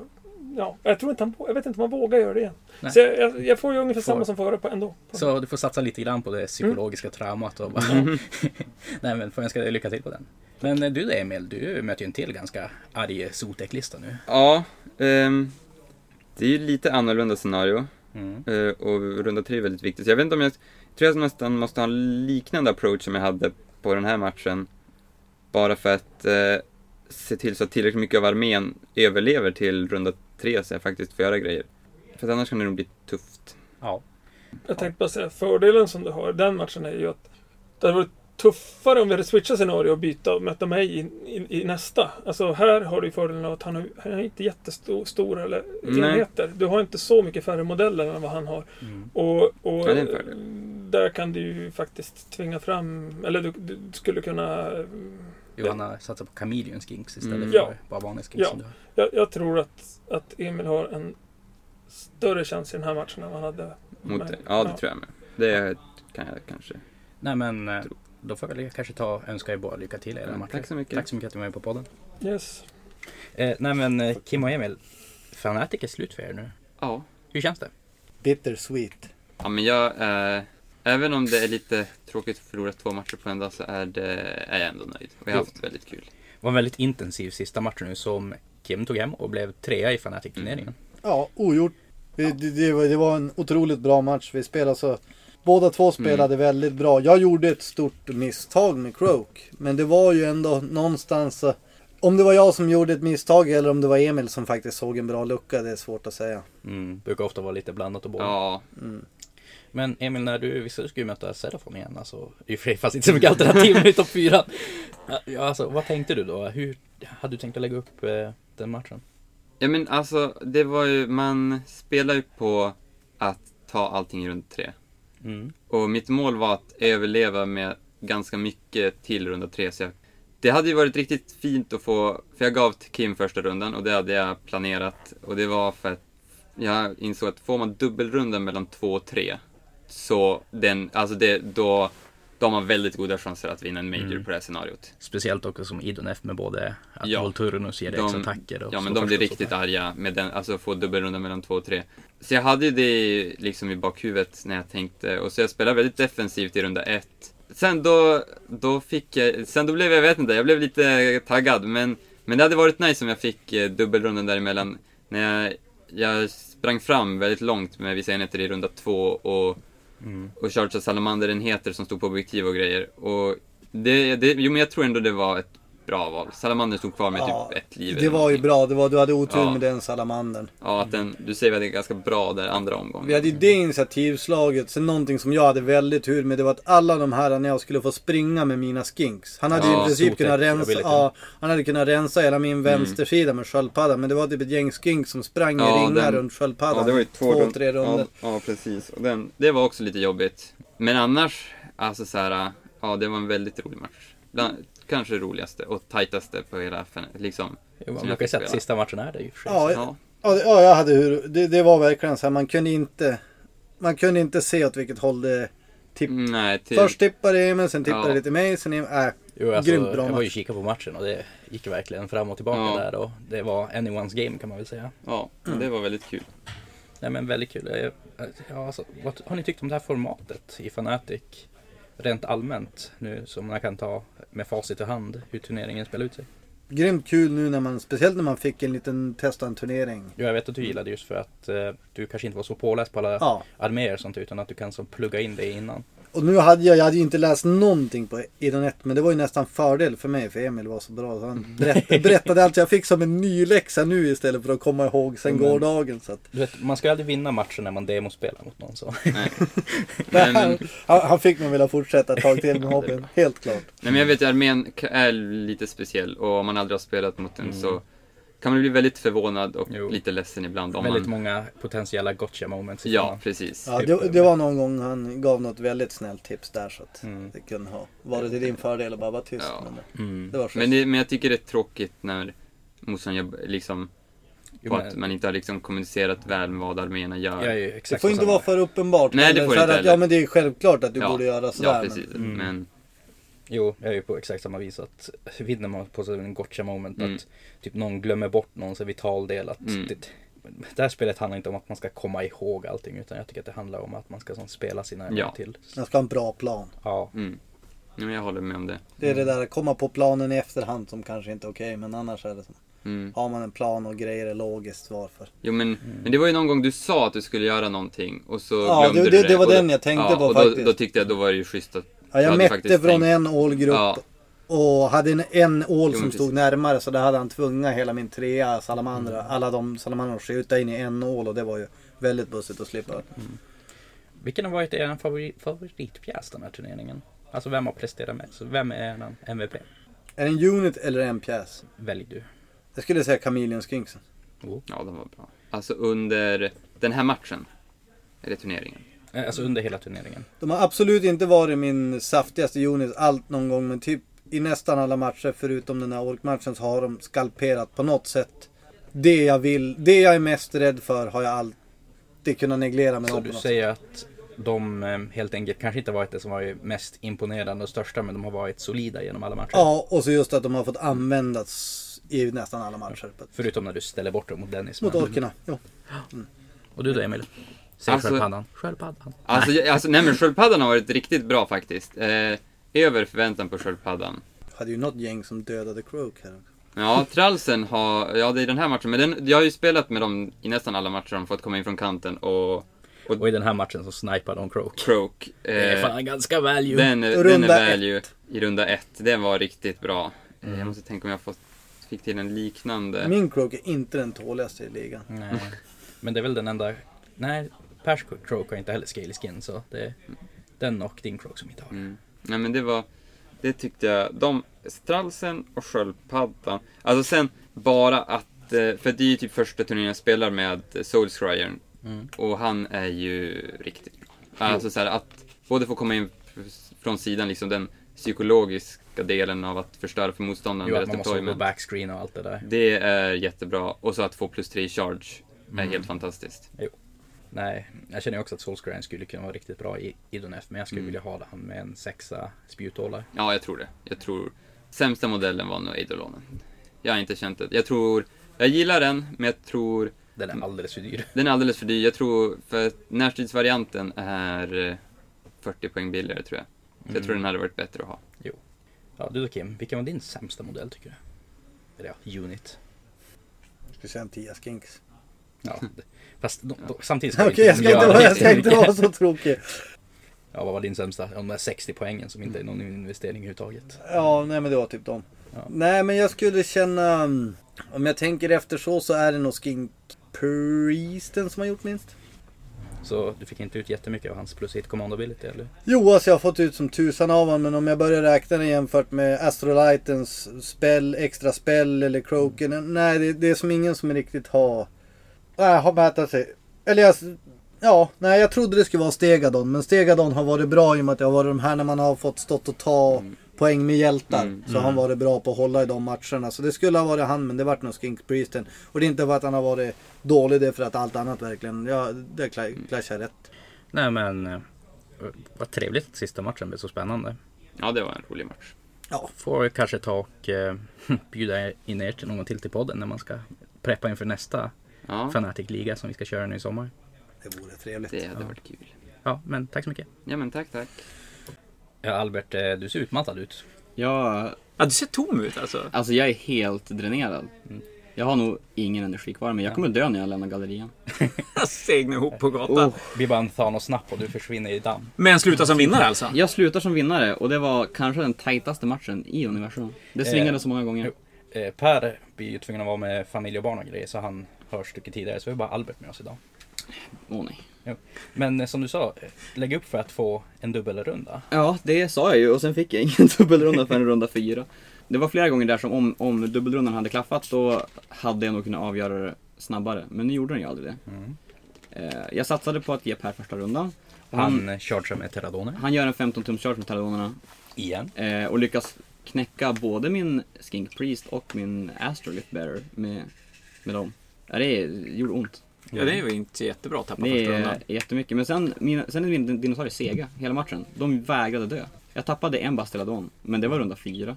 Ja, jag tror inte han... Jag vet inte om han vågar göra det igen. Nej. Så jag, jag, jag får ju ungefär Får- samma som förra på ändå. Så du får satsa lite grann på det psykologiska traumat. Och bara, Mm. Nej men får jag önska dig lycka till på den. Men eh, du då Emil, du möter ju en till ganska arg soteklista nu. Ja, ehm, det är ju lite annorlunda scenario. Mm. Eh, och runda tre är väldigt viktigt. Så jag vet inte om jag... jag tror jag nästan måste ha en liknande approach som jag hade på den här matchen. Bara för att eh, se till så att tillräckligt mycket av armén överlever till runda tre så jag faktiskt får göra grejer. För att annars kan det nog bli tufft. Ja. Jag tänkte bara säga, fördelen som du har i den matchen är ju att det hade varit tuffare om vi hade switchat scenario och byta och möta mig i, i, i nästa. Alltså här har du ju fördelen av att han, har, han har inte jättestora eller Nej. enheter. Du har inte så mycket färre modeller än vad han har. Mm. Och, och Ja, det är en fördel. där kan du ju faktiskt tvinga fram, eller du, du skulle kunna... Johanna satsar på chameleon skinks istället Mm. för Ja. bara vanliga skinks. Ja. som du har. Jag, jag tror att, att Emil har en större chans i den här matchen än vad han hade. Mot med- det. Ja, det tror jag med. Det kan jag kanske. Nej men eh, då får jag väl kanske ta önska er båda lycka till i era Ja, matcher. tack så mycket. Tack så mycket att du var med på podden. Yes. Eh, nej men eh, Kim och Emil, Fanatic är slut för er nu. Ja. Hur känns det? Bittersweet. Ja, men jag... Eh, även om det är lite tråkigt att förlora två matcher på en dag så är, det, är jag ändå nöjd. Och jag har haft väldigt kul. Det var en väldigt intensiv sista match nu som Kim tog hem och blev trea i Fanatic-turneringen. Ja, ogjort. Vi- Det, det, var- det var en otroligt bra match. Vi spelade så... Båda Mm. två spelade väldigt bra. Jag gjorde ett stort misstag med Croak. Men det var ju ändå någonstans... eh, Om det var jag som gjorde ett misstag eller om det var Emil som faktiskt såg en bra lucka, det är svårt att säga. Mm. Brukar ofta vara lite blandat och båda. Ja, Men Emil, när du, vi skulle ju möta Sedafon igen, alltså, i och för sig fast inte så mycket alternativ nu i topp fyra. Ja, alltså, vad tänkte du då? Hur hade du tänkt att lägga upp eh, den matchen? Ja men alltså, det var ju, man spelar ju på att ta allting i runda tre. Mm. Och mitt mål var att överleva med ganska mycket till runda tre. Så jag, det hade ju varit riktigt fint att få, för jag gav till Kim första rundan och det hade jag planerat. Och det var för att jag insåg att får man dubbelrundan mellan två och tre, så den, alltså det, då, då har man väldigt goda chanser att vinna en major på det här scenariot. Speciellt också som Idonef med både att Ja. Volturnus ger De- X-attacker och Ja, men så de blir först och så riktigt där. arga med den, alltså få dubbelrunda mellan två och tre. Så jag hade ju det liksom i bakhuvudet när jag tänkte, och så jag spelade väldigt defensivt i runda ett. Sen då, då fick jag, sen då blev jag, jag vet inte, jag blev lite taggad, men Men det hade varit nice om jag fick eh, dubbelrundan däremellan. När jag, jag sprang fram väldigt långt med vissa enheter i runda två och, Mm. och Charge of Salamander-enheter som stod på objektiv och grejer. Och det, det, jo men jag tror ändå det var ett bra val. Salamander stod kvar med Ja, typ ett liv. Det eller var ju någonting. bra. Det var, du hade otur Ja. med den salamandern. Ja, att den, du säger att det är ganska bra där andra omgången. Vi hade ju det initiativslaget. Sen någonting som jag hade väldigt tur med det var att alla de här när jag skulle få springa med mina skinks. Han hade ju Ja, i princip stort kunnat ett rensa, ability. ja, han hade kunnat rensa hela Mm. min vänstersida med sköldpaddan. Men det var typ ett gäng skinks som sprang Ja, i ringar den- runt sköldpaddan. Ja, det var ju två, två rund- tre runder. Ja, ja precis. Och den, det var också lite jobbigt. Men annars, alltså så här, ja det var en väldigt rolig match. Bland, kanske roligaste och tajtaste på hela FN, liksom. Jo, man Som brukar jag säga att spelar. sista matchen är det i och för sig. Ja, Ja, Ja, det- ja, jag hade hur, det, det var verkligen så här, man kunde inte Man kunde inte se åt vilket håll det tipp, Mm, nej, till, Först tippade det men sen tippade det Ja. lite mig, sen... Äh, Jo, alltså, Grymt bra jag var ju match. kika på matchen och det gick verkligen fram och tillbaka Ja. där och det var anyone's game kan man väl säga. ja, det var väldigt kul. Nej men väldigt kul. Jag- Ja, alltså, vad har ni tyckt om det här formatet i Fanatic? Rent allmänt nu som man kan ta med facit i hand hur turneringen spelar ut sig. grymt kul nu när man, speciellt när man fick en liten test och en turnering. Jo, jag vet att du gillade just för att eh, du kanske inte var så påläst på alla Ja, arméer och sånt utan att du kan så plugga in det innan. och nu hade jag, jag hade ju inte läst någonting på Idon 1 men det var ju nästan fördel för mig för Emil var så bra. Så Mm. han berätt, berättade allt, jag fick som en nyläxa nu istället för att komma ihåg sen Mm. gårdagen. Så att, Du vet, man ska aldrig vinna matcher när man demospelar mot någon så. Nej, men, han, han fick mig vilja fortsätta ett tag till med hobbyn, helt klart. nej, men jag vet ju armén k- är lite speciell och om man aldrig har spelat mot den Mm. så kan man bli väldigt förvånad och Jo. lite ledsen ibland om Väldigt man... många potentiella gotcha moments. i Ja, banan. precis. Ja, det, det var någon gång han gav något väldigt snällt tips där så att Mm. det kunde ha varit till din fördel och bara vara tyst. Ja. Men det, Mm. det var schysst. Men, det, men jag tycker det är tråkigt när motståndaren gör- liksom Jo, på men- att man inte har liksom kommunicerat väl med vad arméerna gör. Jag är ju det exakt får inte samma. vara för uppenbart. Nej, det heller, så får det inte här att, Ja, heller. men det är självklart att du Ja, borde göra sådär. Ja, men- precis. Mm. Men, Jo, jag är ju på exakt samma vis att vinner man på sig en gotcha moment Mm. att typ någon glömmer bort någon så vital del att Mm. det, det här spelet handlar inte om att man ska komma ihåg allting utan jag tycker att det handlar om att man ska som spela sina arméer Ja. till. Man ska ha en bra plan. Ja, mm. Nej, men jag håller med om det. Det är det där att komma på planen i efterhand som kanske inte är okej. men annars är det som, Mm. har man en plan och grejer är logiskt varför. Jo, men, men det var ju någon gång du sa att du skulle göra någonting och så Mm. Ja, glömde det- du det- det. det var Och då- den jag tänkte ja, på och då, faktiskt. då tyckte jag då var det ju schysst att... Ja, jag hade mätte faktiskt från tänkt- en ålgrupp. Ja, Och hade en, en ål som Jo, men stod precis. Mm. närmare så där hade han tvungat hela min trea salamandra. Alla de salamandrarna skjuta in i en ål och det var ju väldigt bussigt att slippa. vilken har varit er favori, favoritpjäs den här turneringen? Alltså vem har presterat mest? Vem är er MVP? Är det en unit eller en pjäs? Välj du. Jag skulle säga Chameleon Skinksen. ja, den var bra. Alltså under den här matchen. Eller turneringen. Eh, Alltså under hela turneringen. De har absolut inte varit min saftigaste unit allt någon gång men typ i nästan alla matcher förutom den här orkmatchen så har de skalperat på något sätt. Det jag vill, det jag är mest rädd för har jag alltid kunnat neglera med Så dem på du något säger att de eh, helt enkelt kanske inte varit det som varit mest imponerande och största men de har varit solida genom alla matcher. Ja, och så just att de har fått användas i nästan alla matcher. Förutom när du ställer bort dem mot Dennis. Mot men- orkerna. Ja. Och du då Emil? Säg Alltså- sköldpaddan. Sköldpaddan. Alltså, jag, alltså nej men sköldpaddan har varit riktigt bra faktiskt. Eh, över förväntan på sköldpaddan. Hade ju något gäng som dödade Croak här. Ja, trallsen har, ja det är den här matchen, men den, jag har ju spelat med dem i nästan alla matcher, de har fått komma in från kanten och Och i den här matchen så snipar de Croak. Croak. Det är eh, fan ganska value. Den, är- den Runda är value i runda ett. Den var riktigt bra. Eh, Mm. Jag måste tänka om jag fått, fick till en liknande. Min Croak är inte den tåligaste i ligan. Nej. Men det är väl den enda... Nej, Pers Croak har inte heller scaly skin så det är den och din Croak som inte har. Mm. Nej men det var, det tyckte jag. De, Stralsen och Sköldpaddan. Alltså sen bara att, eh, för det är ju typ första turneringen jag spelar med eh, Soulscryern. Mm. Och han är ju riktigt bra. Alltså så här, att både få komma in från sidan, liksom den psykologiska delen av att förstöra för motståndaren. Jo, att deras man måste gå deployment. backscreen och allt det där. Det är jättebra. Och så att få plus 3 i charge Mm. är helt fantastiskt. Nej, jag känner ju också att Solskjaer skulle kunna vara riktigt bra i Idonef men jag Mm. skulle vilja ha han med en sexa spjutålar. Ja, jag tror det. Jag tror... Sämsta modellen var nog Eidolonen. Jag har inte känt det. Jag tror... Jag gillar den, men jag tror... Den är alldeles för dyr. Den är alldeles för dyr. Jag tror... För att närstridsvarianten är eh, 40 poäng billigare, tror jag. Mm. Så jag tror den hade varit bättre att ha. Ja, du då Kim, vilken var din sämsta modell tycker du? eller ja, unit. Speciellt 10 skinks. Ja, det- fast de, de, samtidigt ska Okej, vi jag ska inte vara, jag ska inte vara så tråkig. Ja, vad var din sämsta? Ja, De där 60 poängen som inte är någon investering överhuvudtaget. Ja, nej men det var typ dem. Ja. Nej men jag skulle känna... mm, Om jag tänker efter så så är det nog Skink Priesten som har gjort minst. Så du fick inte ut jättemycket av hans plus hit command ability eller? Jo, alltså jag har fått ut som tusan av honom, men om jag börjar räkna det jämfört med Astrolightens spell, extra spell eller Croken. Nej, det, det är som ingen som riktigt har... Nej, har mätat sig. Eller jag... Ja, nej jag trodde det skulle vara Stegadon, men Stegadon har varit bra i och med att jag har varit de här när man har fått stått och ta poäng med hjältar. Så har han varit bra på att hålla i de matcherna. Så det skulle ha varit han, men det vart nog Skink Priesten. Och det är inte för att han har varit dålig, det är för att allt annat verkligen, ja, det kla- clashar rätt. Nej men, eh, vad trevligt att sista matchen blev så spännande. Ja, det var en rolig match. Får kanske ta och eh, bjuda in er till någon till till podden när man ska preppa inför nästa Ja, Fanatic Liga som vi ska köra nu i sommar. Det vore trevligt. det hade varit kul. Ja, men tack så mycket. Ja, men tack, tack. Ja, Albert, eh, du ser utmattad ut. Jag, Ja, du ser tom ut alltså. Mm. alltså jag är helt dränerad. Jag har nog ingen energi kvar, men jag kommer dö när jag lämnar gallerian. Oh. Jag segnar ihop på gatan. Vi bara en Thanos-snapp och du försvinner i damm. Men slutar som vinnare alltså. Jag slutar som vinnare och det var kanske den tajtaste matchen i universum. Det svingade så många gånger. Eh, Per blir ju tvungen att vara med familj och barn och grejer så han hörs mycket tidigare så vi har bara Albert med oss idag. Åh nej. Men eh, som du sa, eh, lägg upp för att få en dubbelrunda. Ja, det sa jag ju och sen fick jag ingen dubbelrunda förrän runda fyra. Det var flera gånger där som om, om dubbelrundan hade klaffat då hade jag nog kunnat avgöra det snabbare. Men nu gjorde den ju aldrig det. Eh, Jag satsade på att ge Per första rundan. Och Han han, mm. chargear med Teradoner. han gör en 15 tums charge med Taradonerna Igen. eh, och lyckas knäcka både min Skink Priest och min Astrolith Bearer med, med dem. Ja, det gjorde ont. Ja, det var inte jättebra att tappa Det första rundan. är jättemycket. Men sen, mina, sen är min dinosaurier sega hela matchen. De vägrade dö. Jag tappade en Basteladon, men det var runda fyra.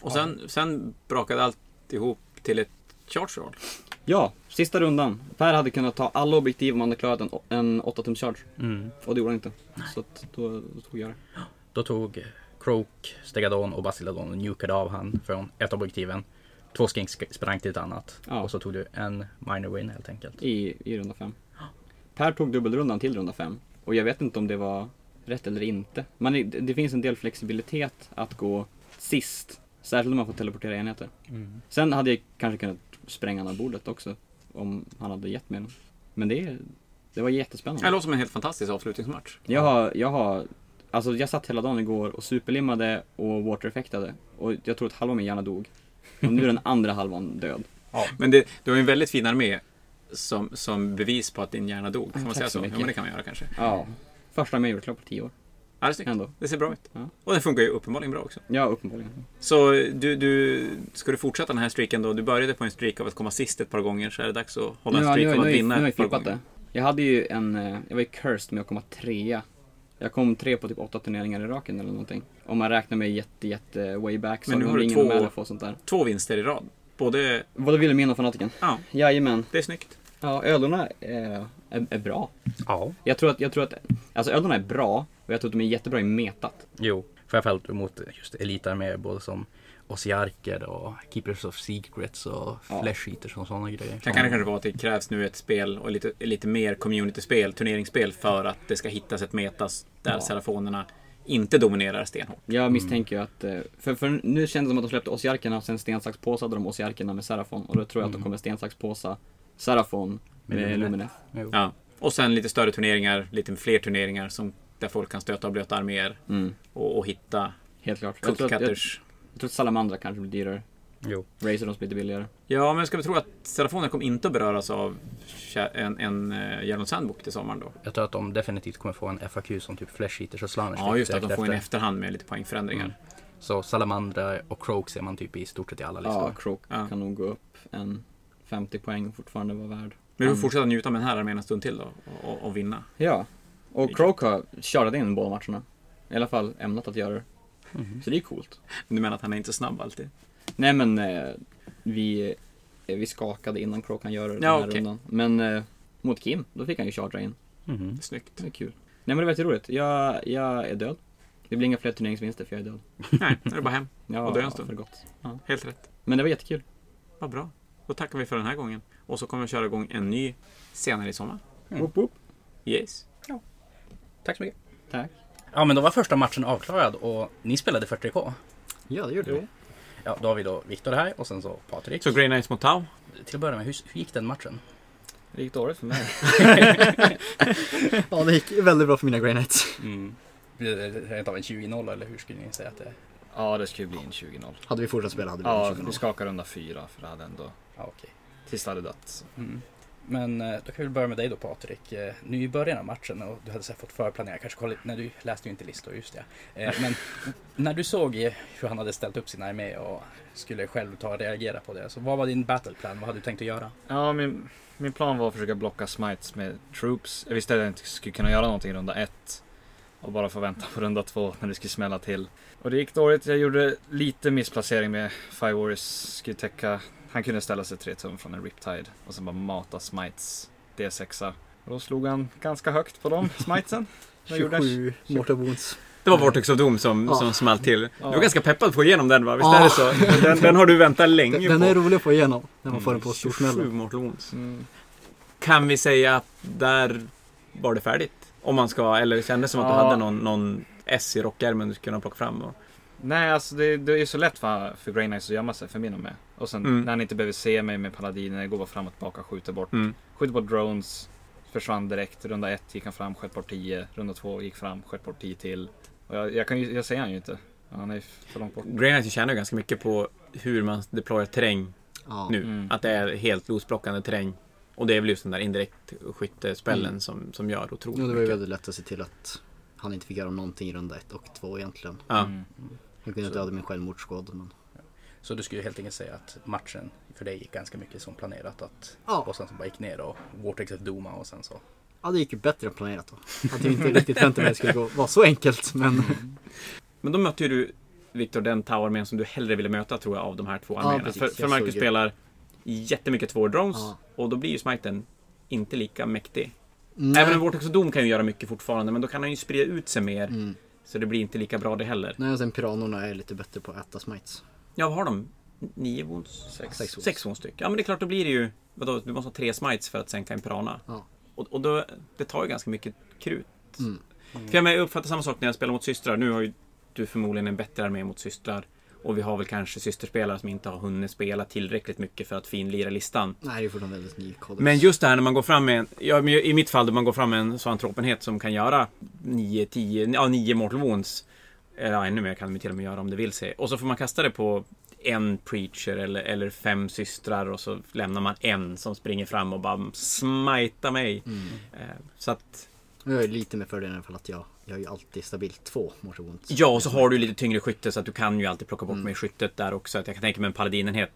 Och sen, sen brakade allt ihop till ett charge roll. Ja, sista rundan. Per hade kunnat ta alla objektiv om han hade klarat en, en 8-tums charge. Och det gjorde han inte. Så att då, då tog jag det. Då tog eh, Croak, Stegadon och Basiladon och nukade av han från ett av objektiven. Två skinks sk- sprang till ett annat. Ja. Och så tog du en minor win helt enkelt. I, i runda fem. Per tog dubbelrundan till runda fem. Och jag vet inte om det var rätt eller inte. Men det, det finns en del flexibilitet att gå sist. Särskilt om man får teleportera enheter. Sen hade jag kanske kunnat spränga han av bordet också. Om han hade gett mig den. Men det, det var Det jättespännande. låter som en helt fantastisk avslutningsmatch. Jag har, jag har, alltså jag satt hela dagen igår och superlimmade och watereffektade. Och jag tror att halva min hjärna dog. Och nu är den andra halvan död. Men det, du har ju en väldigt fin armé som, som bevis på att din hjärna dog. Kan man tack säga så så? Ja, mycket. men det kan man göra kanske. Ja. Första armén jag gjort klart på tio år. Ja, det är snyggt. Ändå. Det ser bra ut. Ja. Och den funkar ju uppenbarligen bra också. Ja, uppenbarligen. Så du, du, ska du fortsätta den här streaken då? Du började på en streak av att komma sist ett par gånger, så är det dags att hålla en nu, streak har- av att nu, vinna har jag ett par flippat gånger. det. Jag hade ju en, eh, jag var ju cursed med att komma trea. Jag kom tre på typ åtta turneringar i raken eller någonting. Om man räknar med jätte, jätte way back. Men nu Sagan har du om två- ringen och Malif och sånt där. Två vinster i rad. Både... Både Wilhelmina och Fanatiken. Ja, Jajamän. det är snyggt. Ja, ödlorna är, är, är bra. Ja. Jag tror att, jag tror att, alltså ödlorna är bra. Och jag tror att de är jättebra i metat. Jo, framförallt mot just elitarméer både som Osiarker och Keepers of Secrets och Ja. Flesh Eaters och sådana grejer. Sen kan det kanske vara att det krävs nu ett spel och lite, lite mer community-spel, turneringsspel, för att det ska hittas ett metas där serafonerna inte dominerar stenhårt. Jag misstänker ju att, eh, för, för nu kändes det som att de släppte Osiarkerna och sen sten, sax, påse hade de Osiarkerna med Serafon. Och då tror jag Mm. att de kommer sten, sax, påse, Serafon med, Luminef. med Ja. Och sen lite större turneringar, lite fler turneringar som, där folk kan stöta och blöta arméer Mm, och, och hitta helt klart. Jag tror, att, jag, cookie-cutters. Jag tror att Salamandra kanske blir dyrare. Jo. Razerdoms blir lite billigare. Ja, men ska vi tro att serafoner kommer inte att beröras av kä- en, en eh, Yellow Sandbook till sommaren då? Jag tror att de definitivt kommer få en FAQ som typ Flesh Eaters och Slanners. Ja, just det. Att de direkt får en efter. efterhand med lite poängförändringar. Så Salamandra och Croak ser man typ i stort sett i alla listor. Ja, Croak Ja. kan nog gå upp en 50 poäng och fortfarande vara värd. Men du får fortsätta njuta med den här armén en stund till då och, och, och vinna. Ja. Och Croak har kördat in båda matcherna. I alla fall ämnat att göra det. Så det är coolt. Men Du menar att han är inte snabb alltid? Nej men eh, vi, eh, vi skakade innan Croak kan göra det Ja, den här okej. rundan. Men eh, mot Kim, då fick han ju chargea in. Mhm. Snyggt. Det är kul. Nej men det var väldigt roligt. Jag, jag är död. Det blir inga fler turneringsvinster för jag är död. Nej, nu är det bara hem. Ja, Och dö en stund. för gott. Helt rätt. Men det var jättekul. Vad bra. Då tackar vi för den här gången. Och så kommer vi köra igång en ny senare i sommar. Woop, woop. Yes. Tack så mycket. Tack. Ja, men då var första matchen avklarad och ni spelade 40K. Ja, det gjorde vi. Ja, då har vi då Viktor här och sen så Patrik. Så Grey Knights mot Tau. Till att börja med, hur, hur gick den matchen? Det gick dåligt för mig. Ja, det gick väldigt bra för mina Grey Knights. Blev det Rent av en 20-0 eller hur skulle ni säga att det Ja, det skulle ju bli en 20-0. Hade vi fortsatt spela hade vi Ja, blivit vi 20 skakar runda fyra för det hade ändå... Ja, okej. Tills det hade dött. Mm. Men eh, då kan vi börja med dig då Patrik. Eh, Nu i början av matchen och du hade så här fått förplanera, kanske kolla, nej du läste ju inte listor, just det. Eh, Men när du såg eh, hur han hade ställt upp sin armé och skulle själv ta och reagera på det, så vad var din battleplan? Vad hade du tänkt att göra? Ja, min, min plan var att försöka blocka smites med troops. Jag visste att jag inte skulle kunna göra någonting i runda ett. Och bara få vänta på runda två när det skulle smälla till. Och det gick dåligt. Jag gjorde lite missplacering med Five Warriors. Skulle täcka. Han kunde ställa sig tre tum från en Riptide. Och sen bara mata smites. D6. Och då slog han ganska högt på dem, smitesen. Vad gjorde han? 27 mortal wounds. Det var Vortex of Doom som, Ja. som small till. Du var Ja. ganska peppad på att få igenom den va? Visst Ja. är det så? Den, den har du väntat länge Den på. är rolig att få igenom när man får den på 27 storsmällen. Mortal Wounds. Mm. Kan vi säga att där var det färdigt? Om man ska, eller det kändes som att du Ja. hade någon, någon S i rockärmen du skulle kunna plocka fram. Och, Nej, alltså det, det är ju så lätt för, för Grey Knights att gömma sig för min och med. Och sen Mm. när han inte behöver se mig med paladiner, går bara fram och tillbaka, skjuter bort. mm. Skjuter bort drones, försvann direkt. Runda ett gick han fram, sköt bort 10. Runda två gick fram, sköt bort 10 till. Och jag, jag, kan ju, jag ser han ju inte. Han är ju för långt bort. Grey Knights tjänar ju ganska mycket på hur man deployar terräng Ja. nu. Mm. Att det är helt losplockande terräng. Och det är väl just den där indirekt skyttespellen Mm. som, som gör otroligt Ja, det var ju mycket. väldigt lätt att se till att han inte fick göra någonting i runda 1 och 2 egentligen. Ja. Mm. Han kunde inte döda min självmordsskåd. Men... Så du skulle helt enkelt säga att matchen för dig gick ganska mycket som planerat att Ja. och sen så bara gick ner och Vortex of Doma och sen så. ja, det gick ju bättre än planerat då. Jag hade ju inte riktigt väntat mig att det skulle gå, vara så enkelt. Men Men då mötte ju du, Viktor, den Tower-armén som du hellre ville möta tror jag av de här två arméerna. precis. för, Jag för Marcus såg ju. spelar jättemycket två drones Ja. och då blir ju smiten inte lika mäktig. nej. Även en Vortex och Dom kan ju göra mycket fortfarande men då kan han ju sprida ut sig mer Mm. så det blir inte lika bra det heller. Nej, och sen piranorna är lite bättre på att äta smites. Ja, vad har de? Nio wounds? Sex wounds. Sex wounds styck. Ja, men det är klart, då blir det ju... Vadå, du måste ha tre smites för att sänka en pirana. Ja. Och, och då, det tar ju ganska mycket krut. Mm. För jag, men, jag uppfattar samma sak när jag spelar mot systrar. Nu har ju du förmodligen en bättre armé mot systrar. Och vi har väl kanske systerspelare som inte har hunnit spela tillräckligt mycket för att finlira listan. Nej, det är ju fortfarande väldigt ny kodex. Men just det här när man går fram med en, ja, men i mitt fall då man går fram med en zoantropenhet som kan göra 9, 10, ja 9 mortal wounds. Eller ja, ännu mer kan de till och med göra om det vill sig. Och så får man kasta det på en preacher eller, eller fem systrar och så lämnar man en som springer fram och bara smajta mig. Eh, Så att, Och Mm. Jag är lite med fördelen i alla fall att jag, jag har ju alltid stabilt två mortal wounds. ja, och så har du lite tyngre skytte så att du kan ju alltid plocka bort mig i skyttet där också. Att jag kan tänka mig en paladinenhet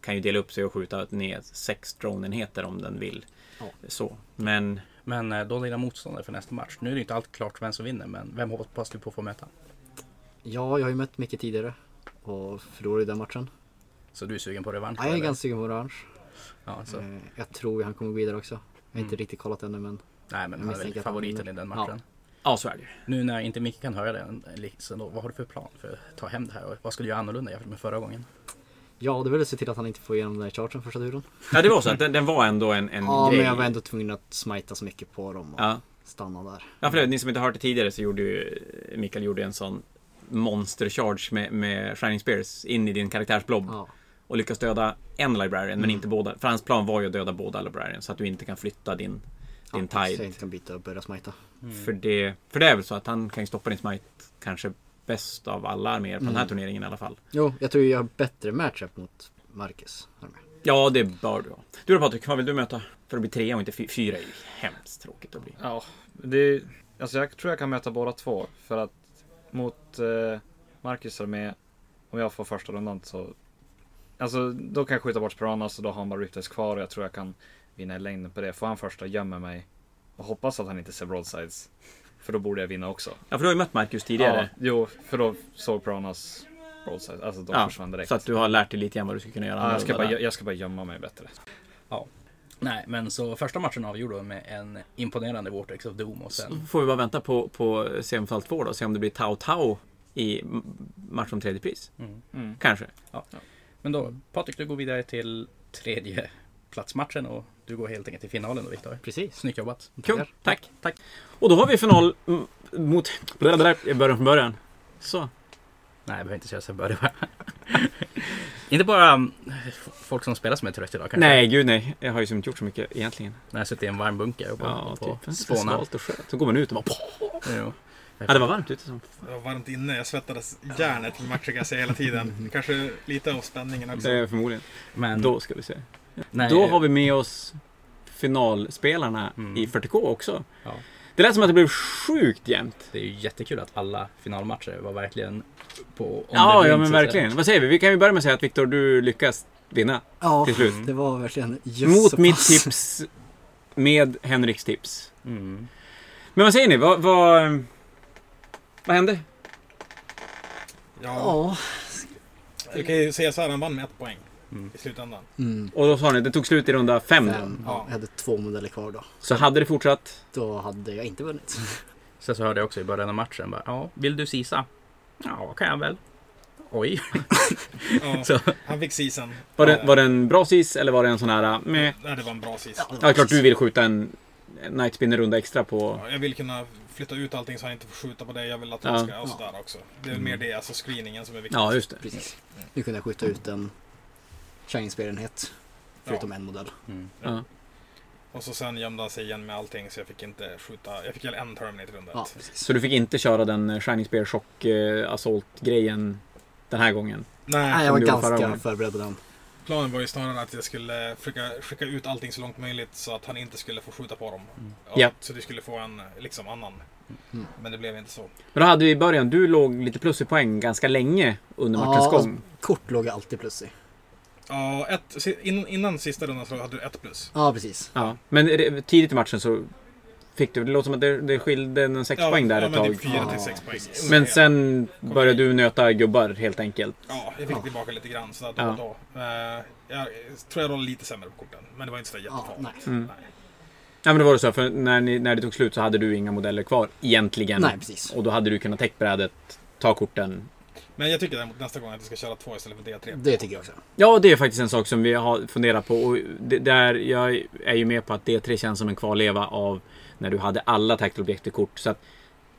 kan ju dela upp sig och skjuta ner sex droneenheter om den vill. Ja. Så, men Men eh, då dina motståndare för nästa match. Nu är det ju inte allt klart vem som vinner men vem hoppas du på att få möta? Ja, jag har ju mött Micke tidigare och förlorade den matchen. Så du är sugen på revansch? Nej, jag är eller? ganska sugen på orange. ja, så. Eh, Jag tror han kommer gå vidare också. Jag Mm. har inte riktigt kollat ännu men Nej Jag men han är väl misstänker att han favoriten i vinner. den matchen. ja, så är det ju. Nu när inte Micke kan höra den, liksom, då, vad har du för plan för att ta hem det här? Och vad ska du göra annorlunda jämfört med förra gången? ja, det är väl att se till att han inte får igenom den där chargen första turen. Ja, det var så att den, den var ändå en, en Ja, grej. men jag var ändå tvungen att smita så mycket på dem och ja. stanna där. ja, för det, ni som inte har hört det tidigare så gjorde ju Mikael gjorde en sån monster charge med, med Shining Spears in i din karaktärsblob Ja. Mm. och lyckas döda en librarian men inte båda. För hans plan var ju att döda båda librarian så att du inte kan flytta din, din ja, så jag tide. inte kan byta och börja smita. För, det, för det är väl så att han kan ju stoppa din smite kanske bäst av alla arméer på den Mm. här turneringen i alla fall. Jo, jag tror jag har bättre matchup mot Marcus. här med. Ja, det bör du ha. Du då Patrik, vad vill du möta? För att bli trea och inte fy- fyra är ju hemskt tråkigt att bli. Ja, det, alltså jag tror jag kan möta båda två. För att mot eh, Marcus armé, om jag får första rundan så... Alltså då kan jag skjuta bort Piranhas och då har han bara Riptest kvar och jag tror jag kan vinna i längden på det. Får han första gömmer mig och hoppas att han inte ser broadsides. För då borde jag vinna också. Ja, för du har ju mött Marcus tidigare. Ja, jo, för då såg Piranhas broadsides. Alltså de Ja, försvann direkt. Så att du har lärt dig lite grann vad du skulle kunna göra ja, jag, ska annorlunda bara, där. jag ska bara gömma mig bättre. Nej, men så första matchen avgjorde de med en imponerande Vortex of Doom och Mm. sen... Så Får vi bara vänta på, på semifinal 2 då och se om det blir Tao Tao i m- match om tredje pris. Mm. Mm. Kanske. Men då, Patrik, du går vidare till tredje platsmatchen och du går helt enkelt till finalen då, Viktor. Precis. Snyggt jobbat. Kung, tack. tack. Och då har vi final mm, mot... Jag börjar från början. Så. Nej, jag behöver inte säga så jag börjar. inte bara mm, f- folk som spelar som är trött idag kanske. Nej, gud nej. Jag har ju som inte gjort så mycket egentligen. När jag sitter i en varm bunker och bara Ja, ja, på typ. spånar. Svalt och skönt. Så går man ut och bara... Jo. Ja, det var varmt ute. Som. Det var varmt inne, Mm. jag svettades järnet med matchen kan jag säga hela tiden. Mm. Kanske lite av spänningen också. Det är Eh, förmodligen. Men Då ska vi se. nej, Då har vi med oss finalspelarna Mm. i 40K också. Ja. Det lät som att det blev sjukt jämnt. det är ju jättekul att alla finalmatcher var verkligen på on Ja, the ja brink, men så att verkligen. Vad säger vi? Vi kan ju börja med att säga att Viktor, du lyckas vinna. Ja, Till slut. det var verkligen Mot jössepass. mitt tips. Med Henriks tips. säga. Mm. Men vad säger ni? Vad, vad, vad hände? Ja, Ja. vi kan ju säga så här, han vann med ett poäng Mm. i slutändan. Mm. Och då sa ni, det tog slut i runda fem. då. Fem. Ja, jag hade två modeller kvar då. Så hade det fortsatt. Då hade jag inte vunnit. Sen så hörde jag också i början av matchen bara, ja, vill du sisa? Ja, kan jag väl. Oj. Ja, Så. han fick sisen. Var det, Ja, var det en bra sis eller var det en sån här... äh, Meh. Nej, det var en bra sis. Ja, det var Ja, klart du precis. vill skjuta en Nightspinner-runda extra på... Ja, jag vill kunna flytta ut allting så han inte får skjuta på det. Jag vill att Ja. Mm. han ska... Och sådär också. Det är väl mer det, alltså screeningen som är viktig. Ja, just det. Precis. Nu kunde jag skjuta ut en Shining Spear-enhet. Förutom en modell. Mm. Och så sen gömde han sig igen med allting så jag fick inte skjuta. Jag fick väl en Terminate i runda Ja, ett. precis. Så du fick inte köra den eh, Shining Spear Shock eh, Assault-grejen den här gången? Nej, Nej, jag var du gjorde förra ganska gången. förberedd på den. planen var ju snarare att jag skulle försöka skicka ut allting så långt möjligt så att han inte skulle få skjuta på dem. Ja, Mm. Ja. Så det skulle få en liksom annan. Mm. Men det blev inte så. Men då hade vi i början, du låg lite plus i poäng ganska länge under Ja, matchens alltså- gång. Kort låg jag alltid plus i. Ja, ett, si- innan, innan sista rundan så hade du ett plus. Ja, precis. Ja. Men re- tidigt i matchen så fick du, det låter som att det, det skilde en sex poäng där ja, ett men tag. typ fyra Ja, till sex poäng. precis. Men sen började du nöta gubbar helt enkelt. Ja, jag fick Ja. tillbaka lite grann så där då Ja. och då. Eh, jag tror jag rollade lite sämre på korten. Men det var inte så där Ja, jättefarligt. nej. Mm. Ja men det var det så, för när, ni, när det tog slut så hade du inga modeller kvar egentligen. Nej, precis. Och då hade du kunnat täcka brädet, ta korten. Men jag tycker däremot nästa gång att jag ska köra två istället för D3. Det tycker jag också. Ja, det är faktiskt en sak som vi har funderat på. Och det, där jag är ju med på att D3 känns som en kvarleva av när du hade alla tactile objekt i kort. Så att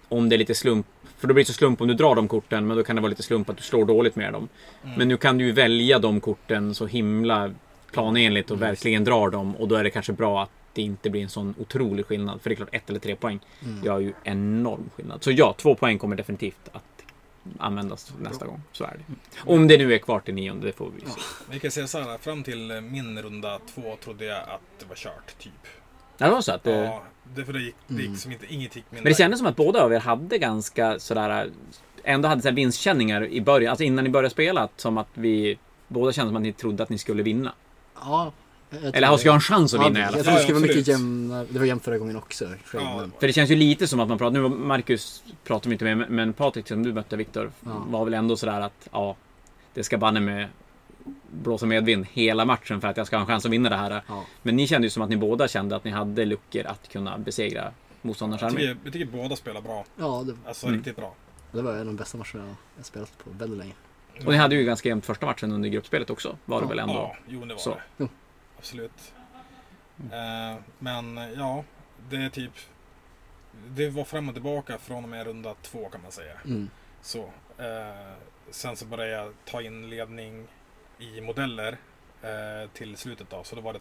om det är lite slump, för då blir det så slump om du drar de korten, men då kan det vara lite slump att du slår dåligt med dem. Men nu kan du ju välja de korten så himla planenligt och verkligen drar dem. Och då är det kanske bra att det inte blir en sån otrolig skillnad. För det är klart, ett eller tre poäng gör ju enorm skillnad. Så ja, två poäng kommer definitivt att användas nästa gång. Så är det. Om det nu är kvar till nionde, det får vi se. Vi kan säga så här, fram till min runda två trodde jag att det var kört, typ. Ja, det var så att det... Ja, det, för det gick, det gick Mm. som inte, inget gick min Men det väg. kändes som att båda av er hade ganska sådär... Ändå hade så här vinstkänningar i början, alltså innan ni började spela. att- Som att vi... Båda kände som att ni trodde att ni skulle vinna. Ja. jag tror Eller att det. ska ha en chans att Ja, vinna i alla Jag fall. tror det Ja, skulle vara mycket absolut. jämnare. Det var jämnt förra gången också. Ja, Ja, det För det känns ju lite som att man pratar... Nu var Marcus pratar vi inte med, men Patrik som du mötte, Viktor, Ja. var väl ändå sådär att... Ja, det ska banne med blåsa medvind hela matchen för att jag ska ha en chans att vinna det här. Ja. Men ni kände ju som att ni båda kände att ni hade luckor att kunna besegra motståndarens jag, armé. tycker, jag tycker båda spelar bra. ja det, Alltså Mm. riktigt bra. det var en av de bästa matcherna jag spelat på väldigt länge. Och ni hade ju ganska jämnt första matchen under gruppspelet också. Var det väl ändå? Ja, jo det var Så. det. Jo. Absolut. Eh, men ja, det är typ... Det var fram och tillbaka från och med runda två kan man säga. Mm. Så. Eh, sen så började jag ta in ledning i modeller eh, till slutet då. Så då var det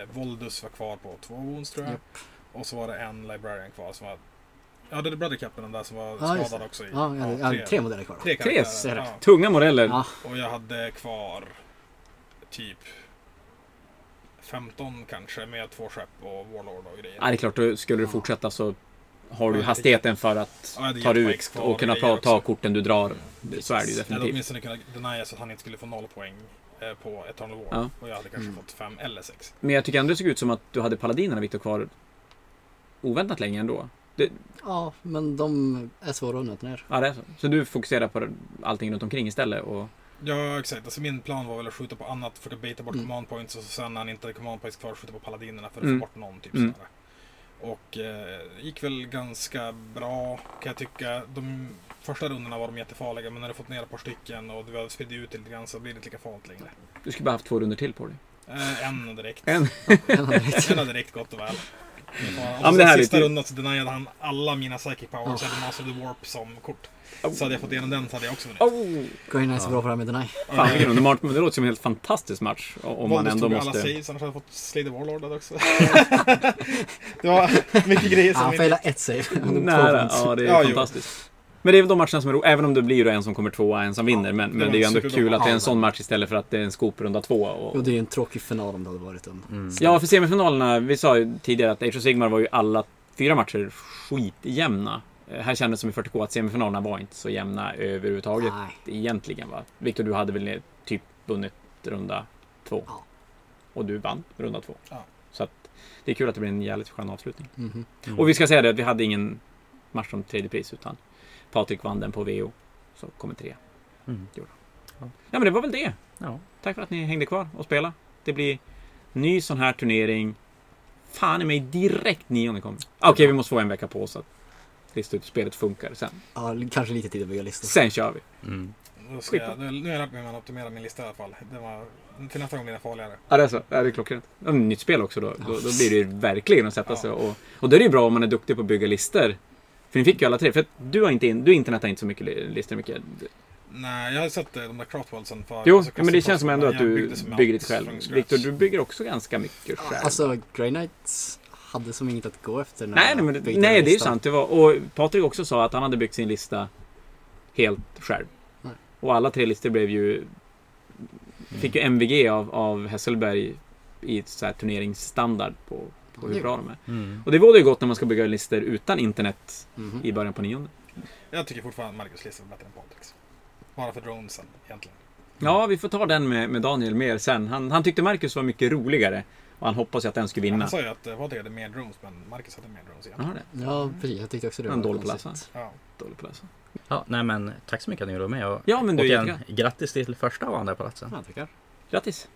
eh, Voldus var kvar på två wounds tror jag. Och så var det en Librarian kvar som var... Ja, det är Brother Captain där som var just skadad också. I, Ja, jag hade, jag hade tre modeller kvar. Tre, Tre, karaktärer, ser ja. Tunga modeller. Ja. Och jag hade kvar typ 15 kanske med två skepp och Warlord och Ja, det grejer. är klart, då skulle du fortsätta så har du ju hastigheten för att Ja, det är ta dig jetpacks ut kvar och kunna och grejer ta, ta också. korten du drar. Så är det ju Eller definitivt. åtminstone kunna denia så att han inte skulle få noll poäng eh, på Eternal War. Ja. Och jag hade kanske fått fem eller sex. Men jag tycker ändå det såg ut som att du hade paladinerna Viktor kvar oväntat länge ändå. Ja, men de är svåra att nöta ner. Ja, det är så. så du fokuserar på allting runt omkring istället. Och... Ja, exakt. Alltså min plan var väl att skjuta på annat, försöka baita bort command points och så sen när han inte hade command points kvar skjuta på paladinerna för att Mm. Mm. få bort någon. Typ Mm. sådär. Och eh, gick väl ganska bra kan jag tycka. De första rundorna var de jättefarliga men när du fått ner ett par stycken och du har spridit ut det lite grann så blir det inte lika farligt längre. Du skulle bara haft två runder till på dig. Eh, en direkt. En. en hade direkt gott och väl. Och Mm. sen men det är typ- härligt. sista rundan så deniade han alla mina psychic powers. Jag hade Master of the Warp som kort. Så hade jag fått igenom den så hade jag också vunnit. Går ju nice bra på det här med Deny. Fan vilken underbart, men det låter som en helt fantastisk match. o- Om man Valdus ändå tog ju alla måste... saves, annars hade jag fått Slay the Warlord där också. det var mycket grejer som... Han inte- failade ett save. Han tog två Nära, points. ja det är Ja, jo. fantastiskt. Men det är väl de matcherna som är ro, även om det blir ju en som kommer tvåa en som vinner. Men, var men det är ju en ändå superdålig kul att det är en match. sån match istället för att det är en skoprunda tvåa. Jo, Och... det är ju en tråkig final om det hade varit en. Ja, för semifinalerna, vi sa ju tidigare att Age of Sigmar var ju alla fyra matcher skitjämna. Eh, Här kändes det som i 40K att semifinalerna var inte så jämna överhuvudtaget Nej. egentligen. Va? Viktor, du hade väl typ vunnit runda två? Ja. Och du vann runda två. Ja. Så att det är kul att det blir en jävligt skön avslutning. Mhm. Mm. Och vi ska säga det att vi hade ingen match om tredje pris utan Patrik vann den på VO. Så kommer tre. Mm. Gjorde han. Ja. Ja men det var väl det. Ja. Tack för att ni hängde kvar och spelade. Det blir ny sån här turnering. Fan i mig direkt nionde kommer. Okej vi måste få en vecka på oss att lista ut hur spelet funkar sen. Ja, kanske lite tid att bygga listor. Sen kör vi. Mm. Då ska jag, nu nu har jag lärt mig hur man optimerar min lista i alla fall. Det var, till nästa gång blir den farligare. Ja det är så. Ja, det är klockrent. Ja, men Nytt spel också då. Då, då blir det ju verkligen att sätta Ja. sig och, och då är det ju bra om man är duktig på att bygga listor. För ni fick ju alla tre. För att du har inte, in, du internetar inte så mycket li- listor mycket. Nej, jag har sett eh, de där craftwallsen för... Jo, alltså, men det custom känns som ändå custom, att men jag du byggde som bygger allt lite själv. från scratch. Viktor, du bygger också ganska mycket själv. Alltså, Grey Knights hade som inget att gå efter när nej, jag nej, men, det- byggde nej, den det är ju listan. sant. Det var, och Patrik också sa att han hade byggt sin lista helt själv. Nej. Och alla tre listor blev ju... Fick ju MVG av, av Hesselberg i så här turneringsstandard på, på hur Jo. bra de är. Mm. Och det vore ju gott när man ska bygga listor utan internet Mhm. i början på nionde. Jag tycker fortfarande att Marcus lista är bättre än Patriks. Bara för dronesen, egentligen. Ja, vi får ta den med, med Daniel mer sen. Han, han tyckte Marcus var mycket roligare. Och han hoppas ju att den skulle vinna. Han sa ju att eh, Patrik hade mer drones, men Marcus hade mer drones egentligen. Jaha, det. Ja, precis. Jag tyckte också det Han är dålig på att konstigt. läsa. Ja. Dålig på att läsa. Ja, nej men tack så mycket att ni var med och Ja, men du, återigen, jättekul. grattis till första och andra platsen. Ja, tackar. Grattis!